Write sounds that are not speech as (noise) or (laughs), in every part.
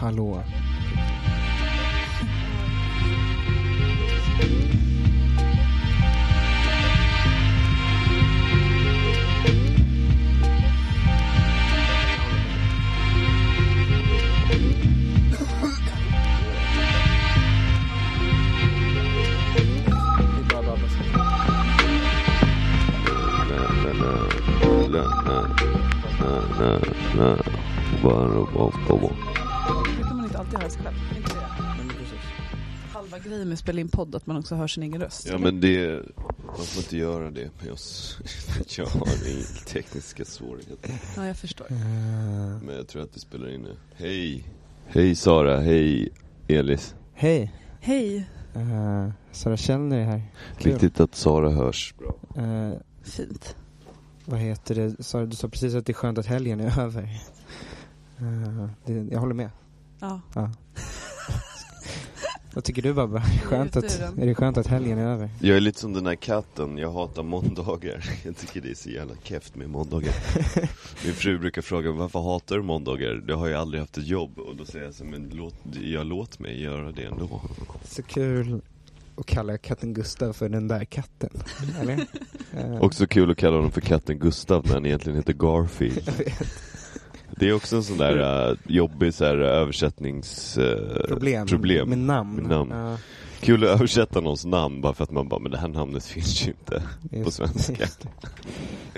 Hallå. Brukar man inte alltid höra sig själv? Är inte det Halva grejen med att spela in podd, att man också hör sin egen röst. Ja men det, man får inte göra det med oss. (laughs) Jag har inga tekniska svårigheter. Ja, jag förstår. Eh, Men jag tror att vi spelar in nu. Hej! Hej Sara, hej Elis. Hej. Hej, Eh, Sara Källner är här. Kul. Viktigt att Sara hörs. Bra. Eh, fint. vad heter det? Sara, du sa precis att det är skönt att helgen är över. Eh, det, jag håller med. Ja. Ja. vad tycker du Babba? Är det Skönt att, är det skönt att helgen är över? Jag är lite som den där katten, jag hatar måndagar. (laughs) Jag tycker det är så jävla keft med måndagar. Min fru brukar fråga varför hatar du måndagar? Du har ju aldrig haft ett jobb. Och då säger jag så, men låt, jag låt mig göra det ändå. Så kul att kalla katten Gustav för den där (laughs) katten. Eller? Eh, Också kul att kalla honom för katten Gustav när han egentligen heter Garfield. (laughs) Det är också en sån där eh, jobbig så här, översättnings... eh, problem. problem. Med namn. Med namn. Ja, Kul att översätta någons namn bara för att man bara, men det här namnet finns ju inte. just- På svenska. (laughs) just det.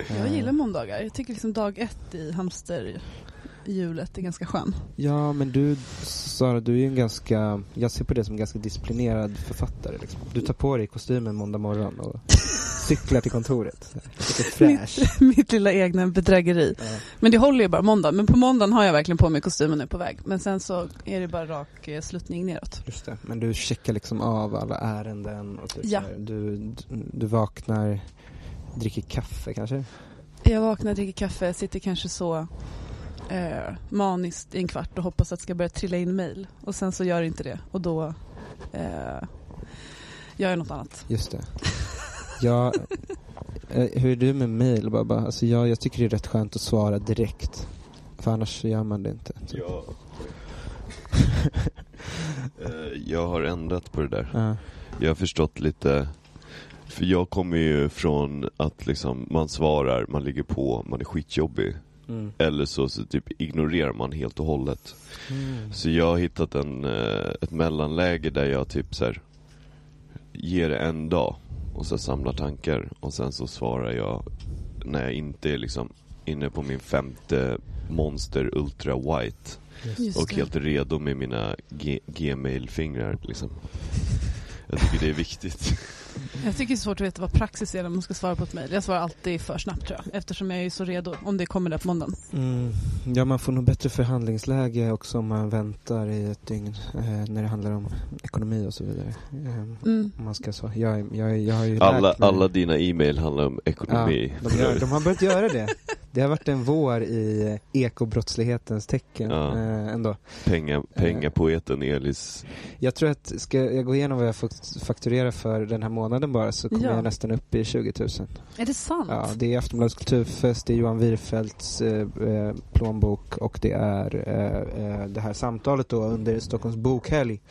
Jag Eh, gillar måndagar. Jag tycker liksom dag ett i hamsterhjulet är ganska skön. (laughs) Ja, men du Sara, du är ju en ganska, jag ser på dig som en ganska disciplinerad författare liksom. Du tar på dig kostymen måndag morgon och cyklar till kontoret. Lite fräsch. Mitt lilla egna bedrägeri. Ja. Men det håller ju bara måndag. Men på måndagen har jag verkligen på mig kostymen nu på väg. Men sen så är det bara rak eh, sluttning neråt. Just det. Men du checkar liksom av alla ärenden och typ Ja. så här. du, du vaknar, dricker kaffe kanske? Jag vaknar, dricker kaffe, sitter kanske så eh, maniskt i en kvart och hoppas att det ska börja trilla in mejl. Och sen så gör det inte det och då eh, gör jag något annat. Just det. Jag, eh, hur är du med mail Babba? Alltså jag, jag tycker det är rätt skönt att svara direkt. För annars så gör man det inte. typ. Jag... (laughs) Eh, jag har ändrat på det där. Ja. Jag har förstått lite, för jag kommer ju från att liksom, man svarar, man ligger på, man är skitjobbig. Mm. Eller så, så typ ignorerar man helt och hållet. Mm. Så jag har hittat en, eh, ett mellanläge där jag typ så här ger det en dag och så samlar tankar och sen så svarar jag när jag inte är liksom inne på min femte Monster Ultra White Just. Just och det. helt redo med mina G- Gmail-fingrar liksom. Jag tycker det är viktigt. Jag tycker det är svårt att veta vad praxis är när man ska svara på ett mejl. Jag svarar alltid för snabbt tror jag. Eftersom jag är så redo om det kommer där på måndagen. Mm. Ja, man får nog bättre förhandlingsläge också om man väntar i ett dygn eh, när det handlar om ekonomi och så vidare. Eh, Mm. om man ska så. Jag, är- jag, är- jag har ju Alla, lärt mig- alla dina e-mail handlar om ja, ekonomi. de, gör, de har börjat göra det. Det har varit en vår i eh, ekobrottslighetens tecken Ja. eh, ändå. Penga, pengapoeten Elis. Jag tror att, ska jag gå igenom vad jag fakt- fakturerar för den här månaden bara så kommer Ja. jag nästan upp i 20 000. Är det sant? Ja, det är Aftonbladets kulturfest, det är Johan Wirfeldts eh, eh, plånbok och det är eh, eh, det här samtalet då under Stockholms bokhelg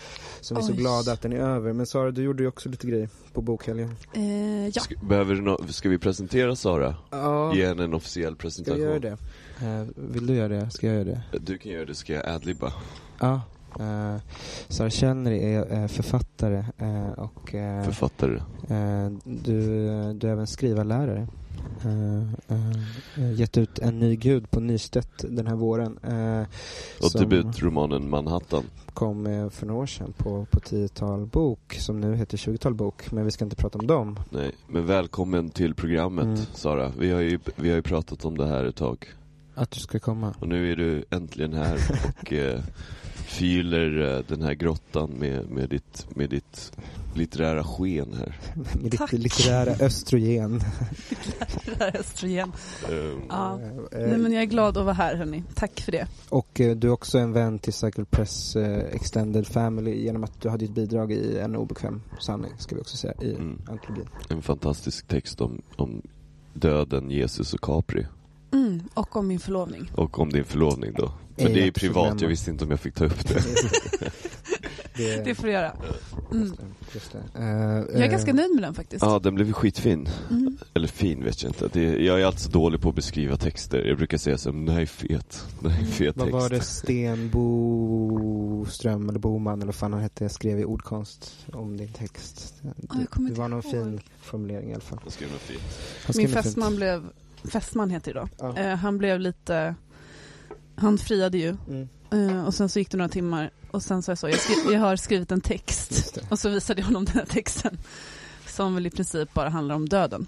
som vi är så Oj. glada att den är över. Men Sara, du gjorde ju också lite grejer på bokhelgen. Eh, ja. Ska, behöver du no- ska vi presentera Sara? Ja, Ge henne en officiell jag presentation. gör det. Eh, vill du göra det? Ska jag göra det? Du kan göra det, ska jag adlibba? Ja. Eh, Sara Källner är eh, författare eh, och eh, Författare. Eh, Du, eh, du är även skrivarlärare. Eh, eh, eh, Gett ut En ny gud på Nystedt den här våren. eh, Och som debutromanen Manhattan. kom eh, för några år sedan på, på 10-tal bok som nu heter 20-tal bok. Men vi ska inte prata om dem. Nej, men välkommen till programmet Mm. Sara. Vi har, ju, vi har ju pratat om det här ett tag. Att du ska (laughs) komma. Och nu är du äntligen här och eh, förgyller eh, den här grottan med, med, ditt, med ditt litterära sken här. Med ditt Tack. litterära östrogen. Det där är östrogen. Ehm, Ja. Eh, Nej, men jag är glad att vara här hörni. Tack för det. Och eh, du är också en vän till Cycle Press eh, Extended Family genom att du hade ett bidrag i En obekväm sanning, ska vi också säga, i Mm. antologin. En fantastisk text om, om döden, Jesus och Capri. Mm, och om min förlovning. Och om din förlovning då. Men Ej, det är ju absolut privat, glömma. jag visste inte om jag fick ta upp det. (laughs) det, Det just får (laughs) du göra. Mm. det, just det. Eh, Jag är eh, ganska nöjd med den faktiskt. Ja, den blev ju skitfin. Mm. Eller fin vet jag inte. Det, jag är alltså dålig på att beskriva texter. Jag brukar säga så här, den här är fet. Den här är fet Vad text. var det Sten Boström eller Boman eller vad fan han hette skrev i ordkonst om din text? jag kommer det var inte någon fin ihåg. formulering i alla fall. Jag skrev något fint. Han skrev Min något fästman fint. blev, fästman heter det då. Ja. Eh, han blev lite, han friade ju Mm, eh, och sen så gick det några timmar och sen sa jag så, jag, skri- jag har skrivit en text just (laughs) det. och så visade jag honom den här texten som väl i princip bara handlar om döden.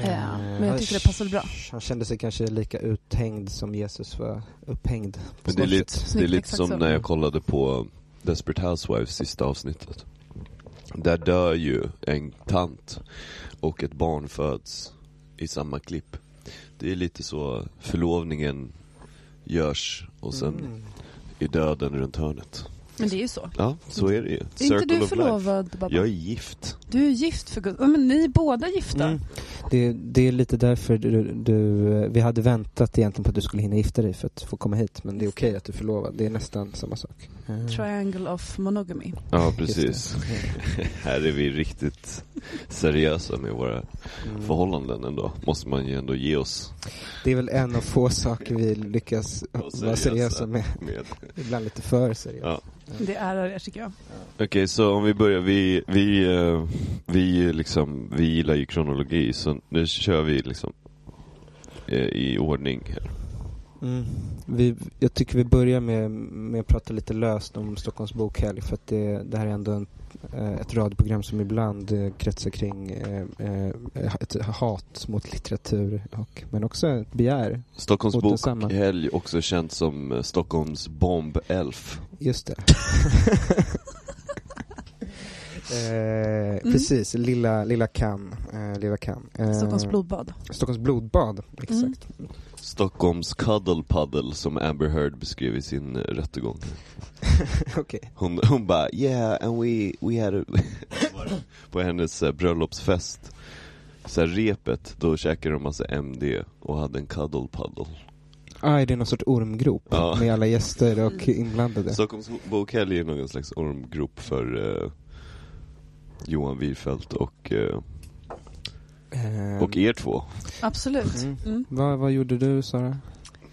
Eh, men jag tyckte det passade bra. Han kände sig kanske lika uthängd som Jesus var upphängd. på Men det är korset. lite, det är Snyggt, lite exakt som så. när jag kollade på Desperate Housewives sista avsnittet. Där dör ju en tant och ett barn föds i samma klipp. Det är lite så förlovningen görs och sen Mm. är döden runt hörnet. Men det är ju så. Ja, så är det ju. Är inte du life. förlovad Babba? Jag är gift. Du är gift för gud. Ja, men ni är båda gifta. Mm. Det, det är lite därför du, du, vi hade väntat egentligen på att du skulle hinna gifta dig för att få komma hit. Men det är okej att du är förlovad. Det är nästan samma sak. Mm. Eh, Triangle of monogamy. Ja, just precis. det. Här är vi riktigt seriösa med våra Mm. förhållanden ändå. Måste man ju ändå ge oss. Det är väl en av få saker vi lyckas Och vara seriösa. seriösa med. Med. Ibland lite för seriösa. Ja. Det ärar er tycker jag. Okej, så om vi börjar. Vi, vi, eh, vi, eh, liksom, vi gillar ju kronologi så nu kör vi liksom eh, i ordning. här. Mm. Vi, jag tycker vi börjar med, med att prata lite löst om Stockholms bokhelg för att det, det här är ändå en, eh, ett radioprogram som ibland eh, kretsar kring eh, eh, ett hat mot litteratur och, men också ett begär. Stockholms Mot detsamma. bokhelg, också känt som eh, Stockholms bomb-elf. Just (laughs) det. eh, Mm. Precis, Lilla, lilla Cannes. Eh, lilla Cannes. Eh, Stockholms Mm. blodbad. Stockholms blodbad, (laughs) exakt. Stockholms cuddle puddle som Amber Heard beskrev i sin eh, rättegång. Okej. Hon, (laughs) hon bara yeah and we, we had a... (laughs) på hennes eh, bröllopsfest. Så här, repet, då käkade de massa MD och hade en cuddle puddle. Aj, det Ah, är någon sorts ormgrop Ja. med alla gäster och Mm. inblandade. Stockholms bokhelg är någon slags ormgrop för eh, Johan Wirfelt och, eh, Ehm, och er två. Absolut. Mm. Mm. Vad, vad gjorde du Sara?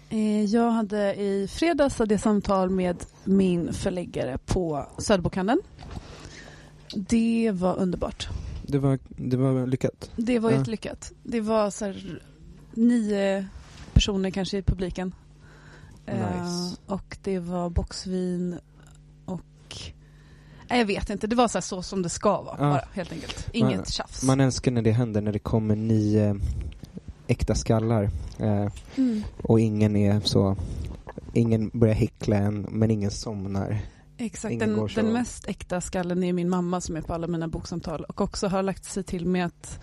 Eh, Jag hade i fredags hade jag samtal med min förläggare på Söderbokhandeln. Det var underbart. Det var, det var lyckat. Det var Ja. jättelyckat. Det var så här, nio personer kanske i publiken. Eh, Nice. och det var boxvin och... Nej, jag vet inte. Det var så, här, så som det ska vara Ja. bara, helt enkelt. Inget Man- tjafs. Man önskar när det händer, när det kommer nio äkta skallar eh, mm, och ingen är så Ingen börjar häckla en, men ingen somnar. (laughs) exakt. Ingen går Den, så- den mest äkta skallen är min mamma som är på alla mina boksamtal och också har lagt sig till med att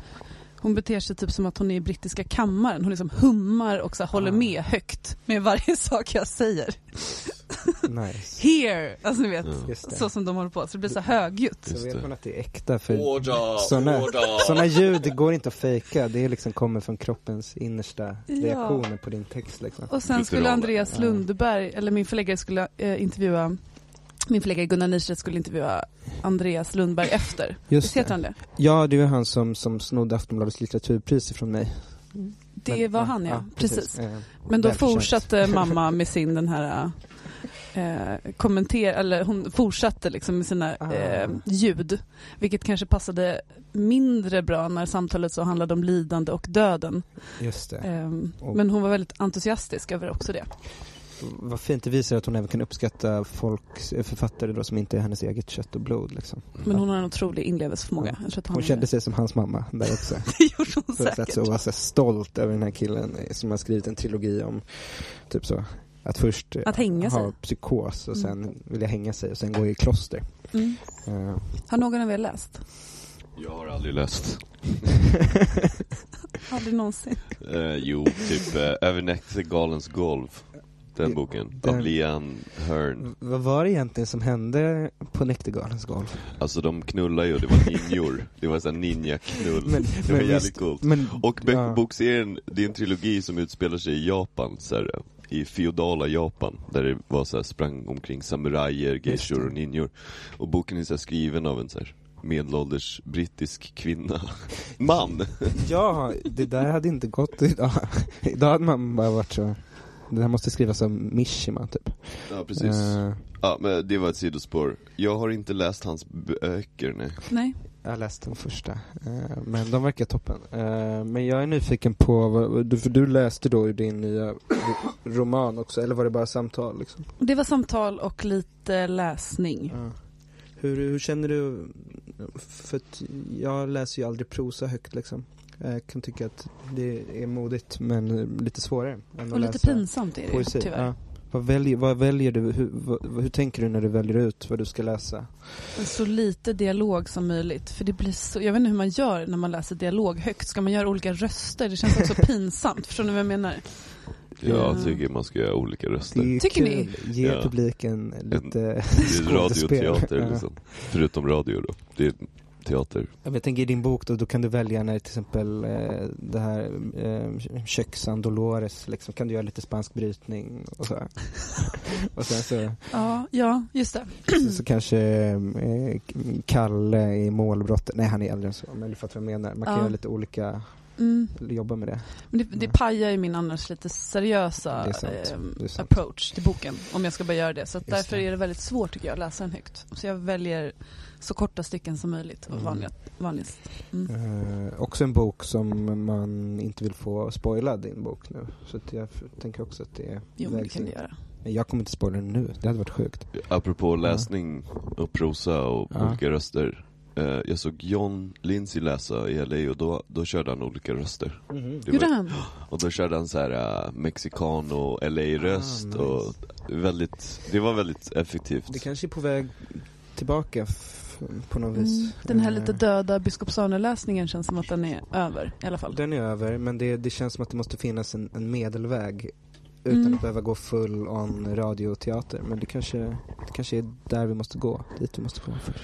hon beter sig typ som att hon är i brittiska kammaren. Hon liksom hummar och så här, håller Ah. med högt med varje (laughs) sak jag säger. Nice. Here! Alltså ni vet. Ja. Just det. så som de håller på, så det blir så högljutt. Så Just vet det. man att det är äkta. För Order, Såna- sådana ljud går inte att fejka. Det är liksom kommer från kroppens innersta Ja. reaktioner på din text. Liksom. Och sen skulle Guttural. Andreas Ja. Lundberg, eller min förläggare skulle eh, intervjua min förläggare Gunnar Nyrstedt skulle intervjua Andreas Lundberg efter. Visst Just heter det. han det? Ja, det var han som, som snodde Aftonbladets litteraturpris från mig. Det Men- var han ja, precis. Eh, Men då välförtjänt. (laughs) fortsatte mamma med sin den här eh, kommenter, eller hon fortsatte liksom med sina Ah. eh, ljud. Vilket kanske passade mindre bra när samtalet så handlade om lidande och döden. Just det. Eh, Och- men hon var väldigt entusiastisk över också det. Vad fint, det visar att hon även kan uppskatta folk, författare då som inte är hennes eget kött och blod liksom. Men hon har en otrolig inlevelseförmåga. Ja. Jag tror att han Hon är- (laughs) kände sig som hans mamma där också. Det gjorde hon Så att säkert. så var så här stolt över den här killen eh, som har skrivit en trilogi om typ så. Att först eh, Att hänga ha sig. psykos och sen Mm. vilja hänga sig och sen gå i kloster. Mm. Eh, Har någon av er läst? Jag har aldrig läst. Aldrig någonsin. Eh, jo, typ eh, Över näktergalens golv. Den Det- boken. den- Av Lian Hearn. Vad var det egentligen som hände på Näktergalens (laughs) golv? Alltså de knullar ju, det var ninjor. Det var såhär ninja-knull. Men- det var men jävligt visst- coolt. Men, Och bö- ja. bokserien, det är en trilogi som utspelar sig i Japan, så här, i feodala Japan, där det var så här, sprang omkring samurajer, geishor och ninjor. Och boken är så här, skriven av en så här, medelålders brittisk kvinna. (laughs) Man! ja, det där hade inte gått idag. (laughs) idag hade man bara varit så. Det här måste skrivas som Mishima typ. Ja, precis. Eh, Ja, men det var ett sidospår. Jag har inte läst hans böcker, nej. Nej. jag har läst den första. eh, men de verkar toppen. Eh, men jag är nyfiken på, vad, du, för du läste då ju din nya roman också, eller var det bara samtal liksom? Det var samtal och lite läsning. Ja. Hur, hur känner du? För att jag läser ju aldrig prosa högt liksom. Jag kan tycka att det är modigt men lite svårare än att Och lite läsa pinsamt är det ju, poesi. tyvärr. Ja. Vad, väljer, vad väljer du? Hur, vad, hur tänker du när du väljer ut vad du ska läsa? Så lite dialog som möjligt. För det blir så, jag vet inte hur man gör när man läser dialog högt. Ska man göra olika röster? Det (laughs) känns också pinsamt. Förstår ni vad jag menar? Jag Ja. tycker man ska göra olika röster. Det är ju Tycker kul. Ge Ja. publiken lite Det är skådespel. radioteater Ja. (laughs) liksom. Förutom radio då. Det är teater. Ja, men Jag tänker i din bok då, då kan du välja när till exempel eh, det här eh, köksan Dolores liksom, kan du göra lite spansk brytning och så. (laughs) och sen så Ja, ja just det. Sen så kanske eh, Kalle i målbrottet, nej han är äldre än så, men du fattar vad jag menar. Man kan Ja. göra lite olika, Mm. jobba med det. Men det, det pajar ju min annars lite seriösa Det är sant. ehm, Det är sant. approach till boken om jag ska börja göra det. Så att Just därför det. är det väldigt svårt tycker jag att läsa den högt. Så jag väljer så korta stycken som möjligt och Mm. vanliga, vanligast. Mm. Eh, också en bok som man inte vill få spoilad din bok nu. Så att jag f- tänker också att det är Jo, men det vägs kan in. du göra. Men jag kommer inte spoila den nu, det hade varit sjukt. Apropå läsning och prosa och Ja. olika röster. Eh, jag såg John Lindsay läsa i LA och då, då körde han olika röster. Det Gjorde var, han? och då körde han så här eh, mexicano, LA-röst Ah, nice. och väldigt, det var väldigt effektivt. Det kanske är på väg tillbaka f- på något Mm. vis. Den här Eh, lite döda biskopsane-läsningen känns som att den är över i alla fall. Den är över, men det, det känns som att det måste finnas en, en medelväg utan Mm. att behöva gå full on radioteater. Men det kanske, det kanske är där vi måste gå, dit vi måste gå först.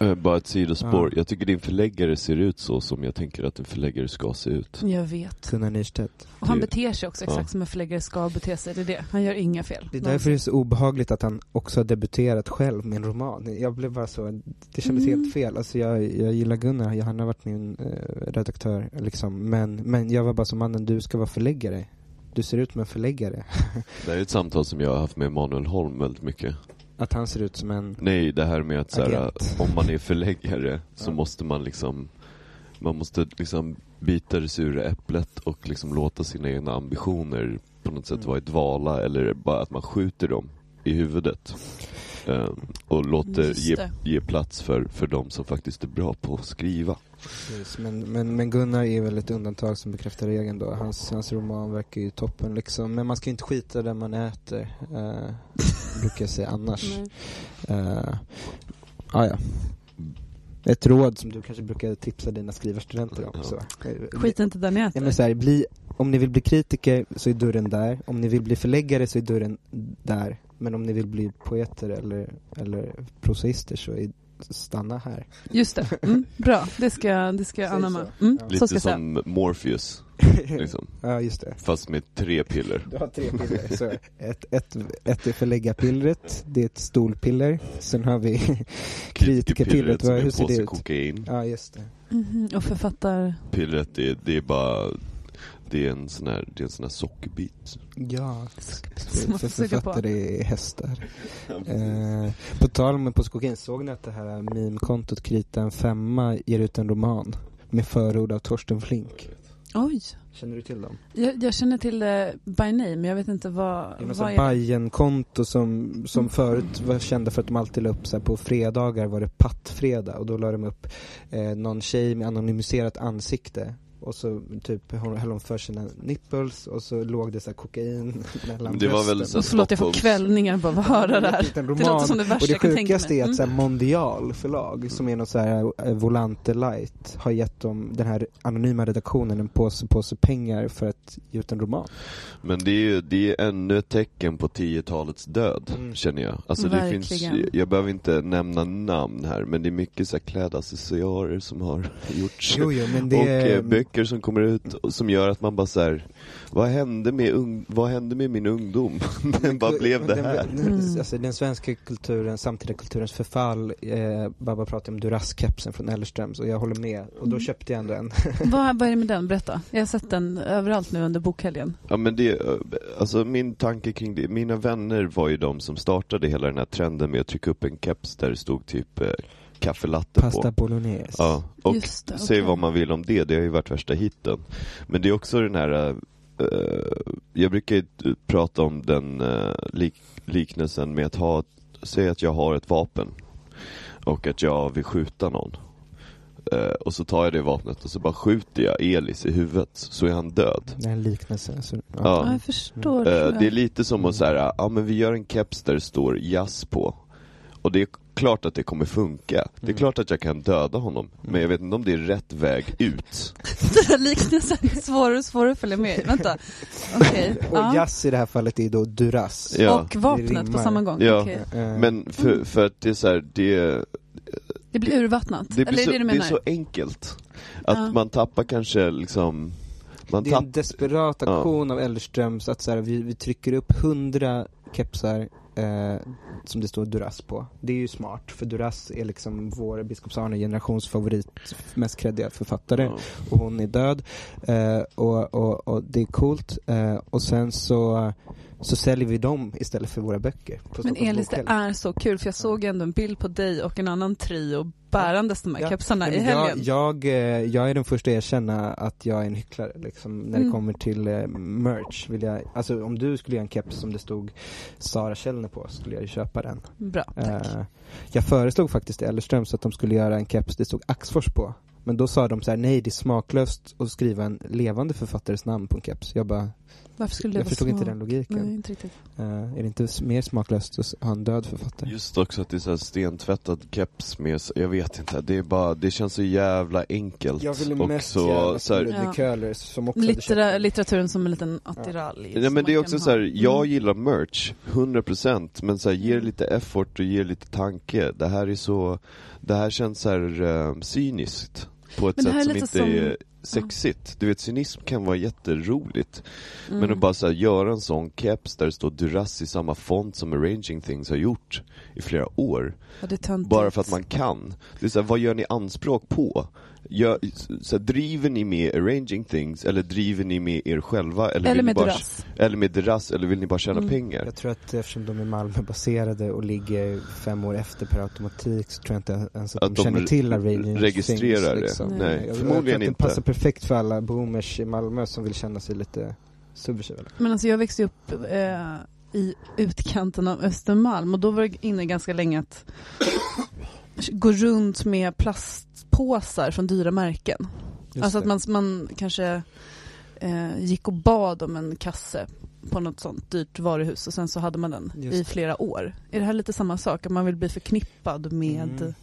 Eh, bara ett sidospår. Ja. Jag tycker din förläggare ser ut så som jag tänker att en förläggare ska se ut. Jag vet. Gunnar Nyrstedt. Och Det- han beter sig också Ja. exakt som en förläggare ska bete sig. Det är det. Han gör inga fel. Det är därför det är så obehagligt att han också har debuterat själv med en roman. Jag blev bara så, det kändes Mm. helt fel. Alltså jag, jag gillar Gunnar, han har varit min eh, redaktör liksom. Men, men jag var bara som mannen, du ska vara förläggare. Du ser ut som en förläggare. Det här är ett samtal som jag har haft med Emanuel Holm väldigt mycket. Att han ser ut som en... Nej, det här med att så här, Agent. om man är förläggare så Ja. måste man liksom man måste liksom bita det sura äpplet och liksom låta sina egna ambitioner på något sätt Mm. vara i dvala eller bara att man skjuter dem i huvudet. Ehm, och låter Just ge, det. ge plats för, för de som faktiskt är bra på att skriva. Precis, Men, men, men Gunnar är väl ett undantag som bekräftar regeln då. Hans, hans roman verkar ju toppen liksom. Men man ska ju inte skita där man äter, eh, brukar jag säga annars. Nej. Eh, ah, ja. Ett råd som du kanske brukar tipsa dina skrivarstudenter om. Ja. Så. Eh, Skit inte där ni Ja, men äter. så här, bli, om ni vill bli kritiker så är dörren där. Om ni vill bli förläggare så är dörren där. Men om ni vill bli poeter eller, eller prosaister så är, stanna här. Just det. Mm. Bra. Det ska, jag- det ska jag Säg så. anamma. Mm. Ja. Så Lite ska jag säga. som Morpheus, liksom. (laughs) ja, just det. fast med tre piller. Du har tre (laughs) piller. Så ett, ett, ett är förläggarpillret, det är ett stolpiller. Sen har vi kritikerpillret. som Vad- är Hur en ser det påse ut? kokain. Ja, just det. Mhm. Och författar... Pillret, det, det är bara det är en sån här, det är en sån här sockerbit. Ja. Som man För får suga på. författare är hästar. Eh, på tal om Postkokain, såg ni att det här meme-kontot Krita en femma ger ut en roman med förord av Torsten Flink? Oj. Känner du till dem? Jag, jag känner till det by name, men jag vet inte vad... Mm. Det är något vad sånt Bajen-konto som, som förut var kända för att de alltid la upp så här, på fredagar var det pattfredag och då la de upp eh, någon tjej med anonymiserat ansikte och så typ höll hon för sina nipples och så låg det så här kokain (laughs) mellan Men det var väl brösten. så här- Förlåt jag får Stockholms. kvällningar bara av att höra det här. Det är en Det låter roman. som det värsta Och det jag kan tänka sjukaste mig. är att Mm. så här, Mondial förlag, som är något så här eh, Volante Light, har gett dem, den här anonyma redaktionen en påse, påse pengar för att ge ut en roman. Men det är ju det är ännu ett tecken på 10-talets död, Mm. känner jag. Alltså det Verkligen. finns, jag behöver inte nämna namn här, men det är mycket så här klädaccessoarer som har (laughs) gjorts. Jo, jo, men det Och är... eh, böcker som kommer ut och som gör att man bara så här, vad hände med, ung, vad hände med min ungdom? (laughs) Den bara blev det den- här. Den, Mm. alltså, den svenska kulturen, samtida kulturens förfall, eh, Babba pratade om Durasskepsen från Ellerströms och jag håller med. Och då köpte jag ändå en. (laughs) Mm. Vad, vad är det med den? Berätta. Jag har sett den överallt nu under bokhelgen. Ja men det, eh, alltså min tanke kring det, mina vänner var ju de som startade hela den här trenden med att trycka upp en keps där det stod typ eh, kaffelatte Pasta på. bolognese. Ja, och Just det, säg okej. vad man vill om det, det har ju varit värsta hitten. Men det är också den här, eh, jag brukar ju t- prata om den eh, lik, liknelsen med att ha, säg att jag har ett vapen och att jag vill skjuta någon. Eh, och så tar jag det vapnet och så bara skjuter jag Elis i huvudet så är han död. Den här liknelsen. Så, Ja, Ja. jag förstår. tror Eh, jag. det är lite som att säga, ja men vi gör en keps där det står jazz på. Och det är klart att det kommer funka. Det är Mm. klart att jag kan döda honom. Men Mm. jag vet inte om det är rätt väg ut. Den (laughs) här liknelsen är svårare och svårare att följa med i. Vänta. Okej. Och Ja. jazz i det här fallet är då Duras. Ja. Och vapnet på rimmar. samma gång. Ja. Okej. Eh, Men för, Mm. för att det är så här, det, Det blir urvattnat. det, Eller blir är så, det du det är menar? så enkelt. Att Ja. man tappar kanske liksom, man det är en tappar desperat aktion av Ellerströms att så här, vi, vi trycker upp hundra kepsar eh, som det står Duras på. Det är ju smart för Duras är liksom vår biskops Arne generations favorit, mest kreddiga författare ja. och hon är död eh, och, och, och det är coolt eh, och sen så, så säljer vi dem istället för våra böcker. På Men Stockholms Elis, det bokhandel. är så kul för jag såg ändå en bild på dig och en annan trio bärandes de här Ja. kepsarna i Nej, men helgen. Jag, jag, eh, jag är den första att erkänna att jag är en hycklare liksom, när det Mm. kommer till eh, merch. Vill jag, alltså, om du skulle göra en keps som det stod Sara Källner på skulle jag ju köpa den. Bra, tack. Eh, jag föreslog faktiskt i Ellerströms att de skulle göra en keps det stod Axfors på. Men då sa de så här: nej det är smaklöst att skriva en levande författares namn på en keps. Jag bara, Varför skulle det jag vara förstod inte små- den logiken. Nej, inte riktigt. Eh, är det inte s- mer smaklöst att s- ha en död författare? Just också att det är så här stentvättad keps med, så- jag vet inte, det är bara, det känns så jävla enkelt. Jag ville och mest så, göra så här, Ludvig Ja. Köhler som också hade Littera- köpt- litteraturen som en liten attiralj. Nej som men det är man också kan så här, ha. Mm. jag gillar merch, 100% men så här, ger lite effort och ger lite tanke. Det här är så, det här känns så här eh, cyniskt på ett Men det här sätt är som inte lite är sexigt. Du vet cynism kan vara jätteroligt. Mm. Men att bara så här, göra en sån keps där det står Duras i samma font som Arranging Things har gjort i flera år. Ja, det är töntigt. Bara för att man kan. Det är så här, vad gör ni anspråk på? Gör, så här, driver ni med Arranging Things eller driver ni med er själva? Eller, Eller vill med ni bara, Duras. Eller med Duras, eller vill ni bara tjäna Mm. pengar? Jag tror att eftersom de är Malmöbaserade och ligger fem år efter per automatik så tror jag inte ens att, Att de de känner re- till Arranging registrerar Things, det. Liksom. Nej. Nej, jag, jag tror förmodligen att det inte. passar perfekt för alla boomers i Malmö som vill känna sig lite subversiva. Men alltså jag växte upp eh, i utkanten av Östermalm och då var det inne ganska länge att gå runt med plastpåsar från dyra märken. Just alltså att det. man, man kanske eh, gick och bad om en kasse på något sånt dyrt varuhus och sen så hade man den Just i det. flera år. Är det här lite samma sak? Att man vill bli förknippad med Mm.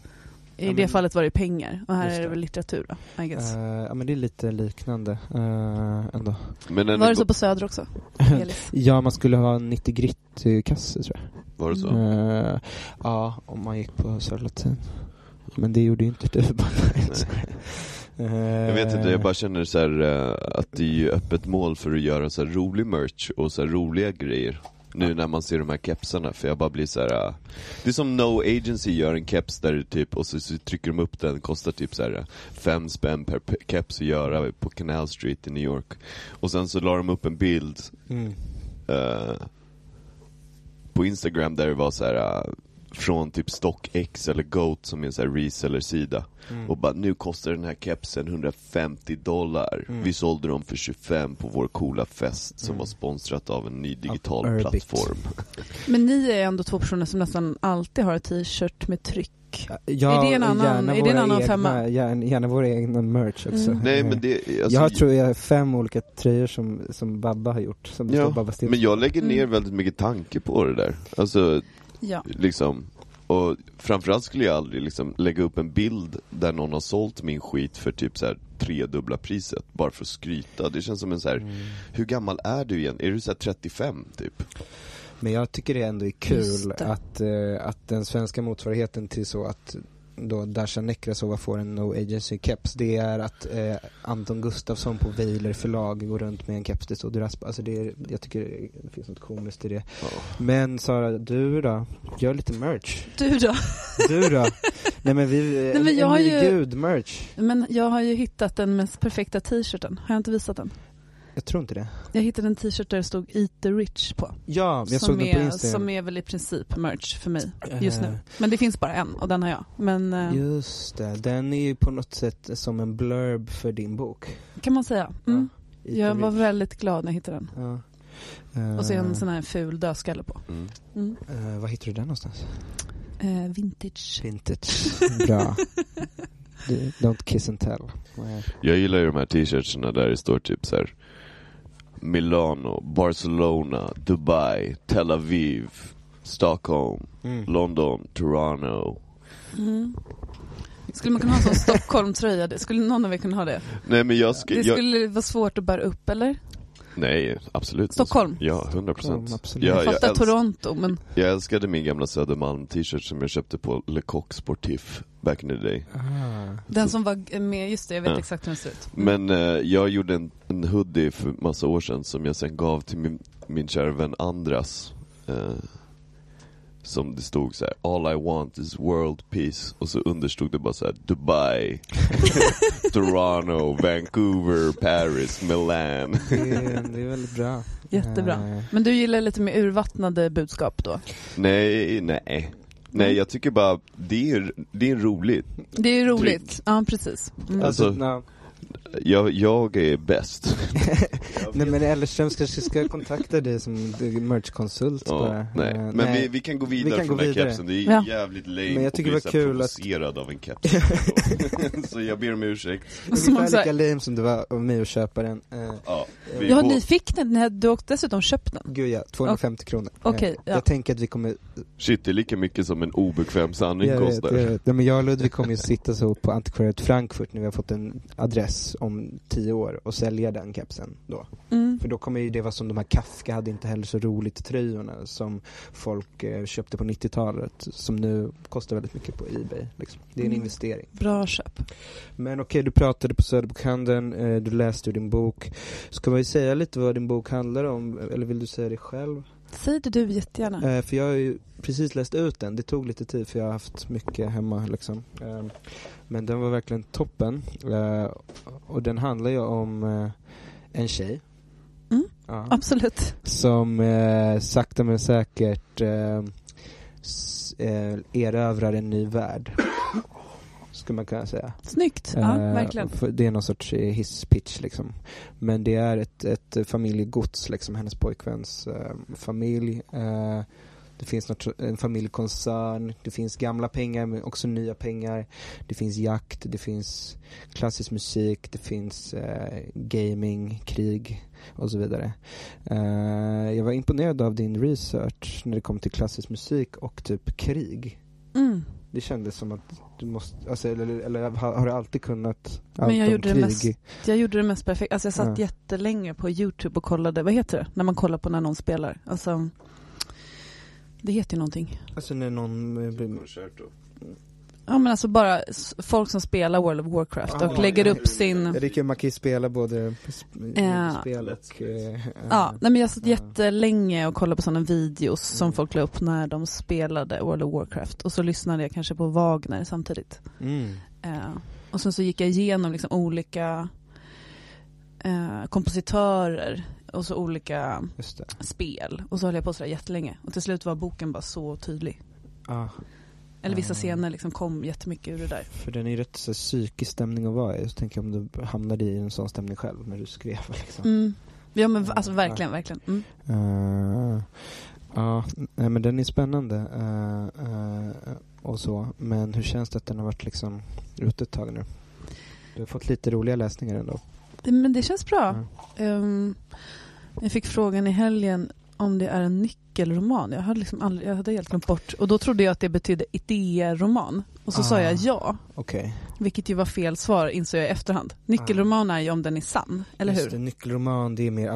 I Ja, det men- fallet var det pengar och här Just är det det. väl litteratur då, I guess. Eh, ja men det är lite liknande eh, ändå. Men när Var ni det så bo- på Söder (laughs) också? Elis? Ja man skulle ha en 90 grit-kasse tror jag. var det så? Mm. Eh, ja, om man gick på Södra Latin. Men det gjorde ju inte du. (laughs) Jag vet inte, jag bara känner så här, eh, att det är ju öppet mål för att göra så här rolig merch och så här roliga grejer. Nu när man ser de här kepsarna, för jag bara blir så här. eh, Det är som No Agency gör en keps där det typ, och så, så trycker de upp den, kostar typ så här eh, fem spänn per pe- keps att göra på Canal Street i New York. Och sen så la de upp en bild Mm. eh, på Instagram där det var så här. eh, från typ StockX eller Goat som är en sån här reseller-sida Mm. och bara nu kostar den här kepsen 150 dollar. Mm. Vi sålde dem för 25 på vår coola fest som Mm. var sponsrat av en ny digital Urbit. plattform. Men ni är ändå två personer som nästan alltid har ett t-shirt med tryck. Ja, Är det en annan- gärna är det en våra annan egna, femma? Gärna, gärna våra egna merch också. Eh, Mm. Nej men det, alltså, jag tror jag har fem olika tröjor som, som Babba har gjort, som det Ja, står Babba Still. men jag lägger ner Mm. väldigt mycket tanke på det där. Alltså, Ja. liksom och framförallt skulle jag aldrig liksom lägga upp en bild där någon har sålt min skit för typ så här tredubbla priset bara för att skryta. Det känns som en så här, Mm. hur gammal är du igen? Är du så här 35 typ? Men jag tycker det ändå är Just kul det. att, eh, att den svenska motsvarigheten till så att då Dasha Nekrasova får en No Agency keps, det är att eh, Anton Gustafsson på Weiler förlag går runt med en keps det står Drasp. Alltså det är, jag tycker det finns något komiskt i det. Ja. Men Sara, du då? Gör lite merch. Du då? Du (laughs) då? Nej men vi, men en, jag har en ny ju- gud merch. Men jag har ju hittat den mest perfekta t-shirten. Har jag inte visat den? Jag tror inte det. Jag hittade en t-shirt där det stod Eat the Rich på. Ja, men jag såg den är, på Instagram. som är väl i princip merch för mig Eh, just nu. Men det finns bara en och den har jag. Men eh, Just det, den är ju på något sätt som en blurb för din bok. kan man säga. Mm. Eat jag the var rich. väldigt glad när jag hittade den. Ja. Och så är en Eh, sån här ful dödskalle på. Mm. Mm. eh, Var hittar du den någonstans? Eh, vintage. (laughs) Vintage. Bra. Du, Don't kiss and tell. Nej. Jag gillar ju de här t-shirtsarna där det står typ så här Milano, Barcelona, Dubai, Tel Aviv, Stockholm, London, Toronto. Mm. Skulle man kunna (laughs) ha en sån Stockholm-tröja? Det- Skulle någon av er kunna ha det? Nej men jag ska, Det jag, skulle vara svårt att bära upp eller? nej absolut. Stockholm. Ja, 100 Stockholm, procent. absolut. Jag jag, fattar älsk- Toronto men jag älskade min gamla Södermalm-t-shirt som jag köpte på Le Coq Sportif back in the day. Ah. den som var med, just det jag vet Ja. exakt hur den ser ut. Men eh, jag gjorde en, en hoodie för massa år sedan som jag sen gav till min, min kära vän Andras. Eh, som det stod så här: All I want is world peace. Och så understod det bara så här: Dubai, Toronto, Vancouver, Paris, Milan. Det, är, det är väldigt bra. Jättebra. Mm. Eh, Men du gillar lite mer urvattnade budskap då? Nej, nej. Nej, jag tycker bara det är, det är roligt. Det är ju roligt. Ja, precis. Mm. Alltså- alltså, na- Jag, jag är bäst. (laughs) nej men Ellerströms kanske ska kontakta dig som merchkonsult Ja, bara. nej. Eh, Men Vi, vi kan gå vidare kan från gå den här vidare. kepsen, det är Ja. jävligt lame Men jag tycker det att var bli så här kul att- provocerad av en keps (laughs) Så jag ber om ursäkt Det är Som man Ungefär så lika här, lame som du var av mig att köpa den. Eh, ja, vi ja, bå- ni fick den. Ni hade, du har dessutom köpt den. gud ja, 250 kronor. Eh, Okej, ja. Jag tänker att vi kommer Shit, det är lika mycket som en obekväm sanning jag vet, kostar jag vet. Ja, men jag och Ludvig kommer ju sitta så på antikvariat Frankfurt när vi har fått en adress om tio år och sälja den kepsen då. Mm. För då kommer ju det vara som de här Kafka hade inte heller så roligt tröjorna som folk eh, köpte på 90-talet som nu kostar väldigt mycket på Ebay. Liksom. Det är en Mm. investering. Bra köp. Men okej, du pratade på Söderbokhandeln, eh, du läste ur din bok. Ska vi säga lite vad din bok handlar om eller vill du säga det själv? Säg det du jättegärna. Eh, för jag har ju precis läst ut den. Det tog lite tid för jag har haft mycket hemma liksom. Eh, men den var verkligen toppen. Eh, och den handlar ju om eh, en tjej. Mm. Ja. Absolut. Som eh, sakta men säkert eh, s- eh, erövrar en ny värld. Skulle man kunna säga. Snyggt. Ja, Eh, verkligen. för Det är någon sorts eh, hisspitch liksom. Men det är ett, ett familjegods liksom, hennes pojkväns eh, familj. Eh, det finns något, en familjekoncern, det finns gamla pengar men också nya pengar. Det finns jakt, det finns klassisk musik, det finns eh, gaming, krig och så vidare. Eh, jag var imponerad av din research när det kom till klassisk musik och typ krig. Mm. Det kändes som att du måste, alltså, eller, eller har, har du alltid kunnat Men allt jag om gjorde det krig? mest- Jag gjorde det mest perfekt. Alltså jag satt Ja. jättelänge på YouTube och kollade. Vad heter det? När man kollar på när någon spelar. Alltså, det heter ju någonting. Alltså när någon eh, blir... Ja men alltså bara s- folk som spelar World of Warcraft och Ja, lägger ja. upp sin... Ricky Maki spelar både sp- Ja. spel och... eh, Ja, nej men jag satt Ja. jättelänge och kollade på sådana videos som Mm. folk la upp när de spelade World of Warcraft och så lyssnade jag kanske på Wagner samtidigt. Mm. Eh, och sen så gick jag igenom liksom olika eh, kompositörer och så olika Just det. spel och så höll jag på sådär jättelänge och till slut var boken bara så tydlig. Ja, Eller vissa Ja. scener liksom kom jättemycket ur det där. för den är ju rätt så här psykisk stämning att vara i. Så tänker jag om du hamnade i en sån stämning själv när du skrev liksom. Mm. Ja men v- Ja. alltså verkligen, verkligen. Mm. Eh, Ja, nej, men den är spännande eh, eh, och så. Men hur känns det att den har varit liksom ute ett tag nu? Du har fått lite roliga läsningar ändå. Det, men det känns bra. Mm. Ehm, jag fick frågan i helgen om det är en nyckelroman. Jag hade, liksom aldrig, jag hade helt glömt bort. Och då trodde jag att det betydde idéroman. Och så sa Ah. jag ja, Okej. vilket ju var fel svar insåg jag i efterhand. Nyckelroman är ju om den är sann, eller Ah. Just hur? Det, nyckelroman, det är mer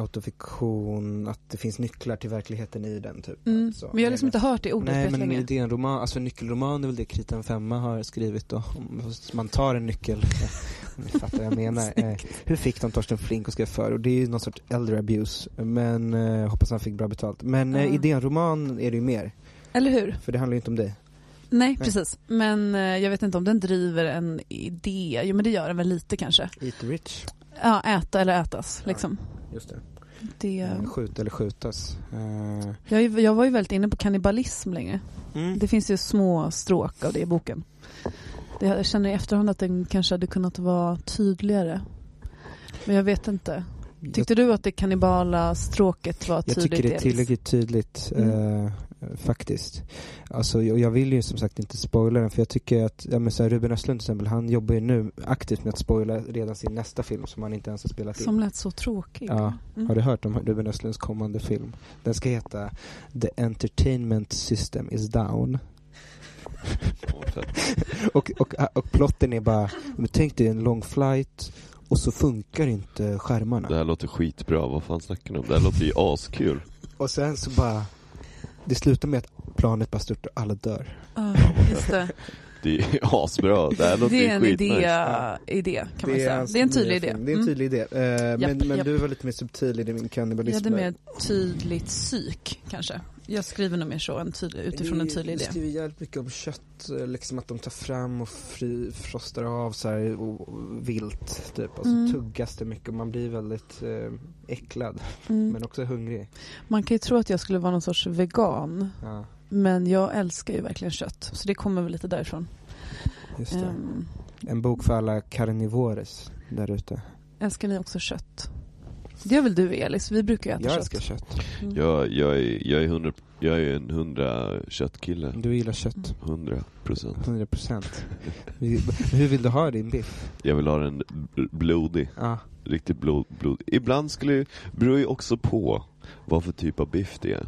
autofiktion, att det finns nycklar till verkligheten i den typ. Mm. Så, Men jag har liksom inte hört det ordet Nej men Nej, länge. idén roman, alltså nyckelroman är väl det Kritan Femma har skrivit då. Om- fast Man tar en (laughs) nyckel. Ni fattar vad jag menar. Eh, hur fick de Torsten Flink att skriva för? Och det är ju någon sorts äldre abuse. Men eh, hoppas han fick bra betalt. Men eh, Ja. idén roman är det ju mer. Eller hur? För det handlar ju inte om dig. Nej, precis. Men eh, jag vet inte om den driver en idé. Jo, men det gör den väl lite kanske. Eat rich. Ja, äta eller ätas, liksom. Just det. Det, Eh, Skjut eller skjutas. Eh, jag, är ju- jag var ju väldigt inne på kannibalism länge. mm. Det finns ju små stråk av det i boken. Det, jag känner i efterhand att den kanske hade kunnat vara tydligare. Men jag vet inte. Tyckte du att det kannibala stråket var Jag tydligt? tycker det är Elis? tillräckligt tydligt Mm. eh, faktiskt. Alltså, jag, jag vill ju som sagt inte spoila den för jag tycker att ja, men så här, Ruben Östlund till exempel, han jobbar ju nu aktivt med att spoila redan sin nästa film som han inte ens har spelat in. Som lät så tråkigt. Ja, Mm. Har du hört om Ruben Östlunds kommande film? Den ska heta The Entertainment System is Down. (laughs) Och så här, Och, och, och plotten är bara, men tänk dig en lång flight och så funkar inte skärmarna. Det här låter skitbra, vad fan snackar ni om? Det här låter ju askul. Och sen så bara, det slutar med att planet bara störtar och alla dör. Ja, (laughs) just det. Det är (laughs) ju asbra, det här låter Det är en ju idé, skitnice. Ja. idé kan man är säga. hans Det är en tydlig nya idé. film. Det är en Mm. tydlig idé. Eh, men men japp. du var lite mer subtil i din Jag kannibalism. hade mer tydligt psyk kanske. Jag skriver nog mer så en tydlig, utifrån en tydlig idé. Det skriver jävligt mycket om kött, eh, liksom att de tar fram och fri, frostar av så här, och, och vilt typ. Och så Mm. tuggas det mycket och man blir väldigt eh, äcklad Mm. men också hungrig. Man kan ju tro att jag skulle vara någon sorts vegan. Ja, Men jag älskar ju verkligen kött. Så det kommer väl lite därifrån. just det. Ehm, En bok för alla carnivores där ute. älskar ni också kött? Det gör väl du Elis? Vi brukar ju äta Jag kött. älskar kött. Mm. Jag, jag, är, jag, är hundra, jag är en hundra köttkille. Mm. Du gillar kött. Hundra procent. 100 procent. Hur vill du ha din biff? Jag vill ha den bl- blodig. Ja, Riktigt blod, blod. Ibland skulle ju, beror ju också på vad för typ av biff det är.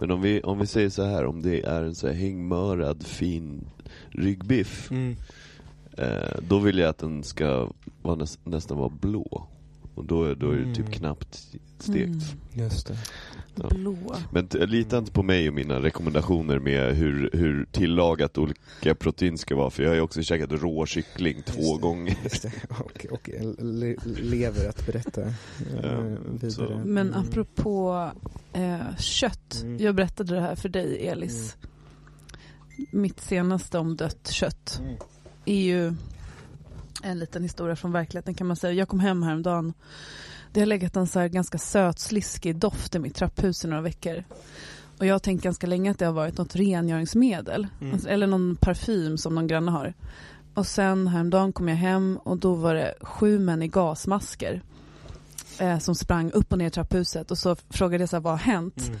Men om vi, om vi säger så här, om det är en så här hängmörad fin ryggbiff. mm. Eh, då vill jag att den ska vara näs, nästan vara blå. Och då är, då är det Mm. typ knappt stekt. just det. Ja. Mm. Blå. Men t- lita inte på mig och mina rekommendationer med hur, hur tillagat olika protein ska vara. För jag har ju också käkat rå kyckling två det. gånger. Just det. (laughs) Och, och le, lever att berätta eh, vidare. så. Men Mm. apropå eh, kött. Mm. Jag berättade det här för dig Elis. Mitt senaste om dött kött. Mm. är ju en liten historia från verkligheten kan man säga. Jag kom hem häromdagen. Det har legat en så här ganska söt sliskig doft i mitt trapphus i några veckor. Och jag har tänkt ganska länge att det har varit något rengöringsmedel. Mm. Alltså, eller någon parfym som någon granne har. Och sen häromdagen kom jag hem och då var det sju män i gasmasker. Eh, som sprang upp och ner i trapphuset och så frågade jag så här, vad har hänt? Mm.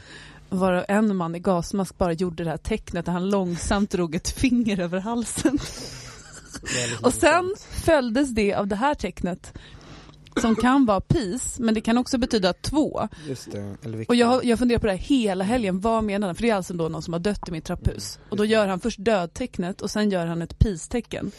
Var en man i gasmask bara gjorde det här tecknet där han långsamt drog ett finger över halsen. Väldigt Och sen intressant. följdes det av det här tecknet som kan vara pis, men det kan också betyda två. Just det, eller vilka- Och jag, har- jag funderar på det här hela helgen, vad menar han? För det är alltså då någon som har dött i mitt trapphus. Och då gör han först dödtecknet och sen gör han ett pistecken.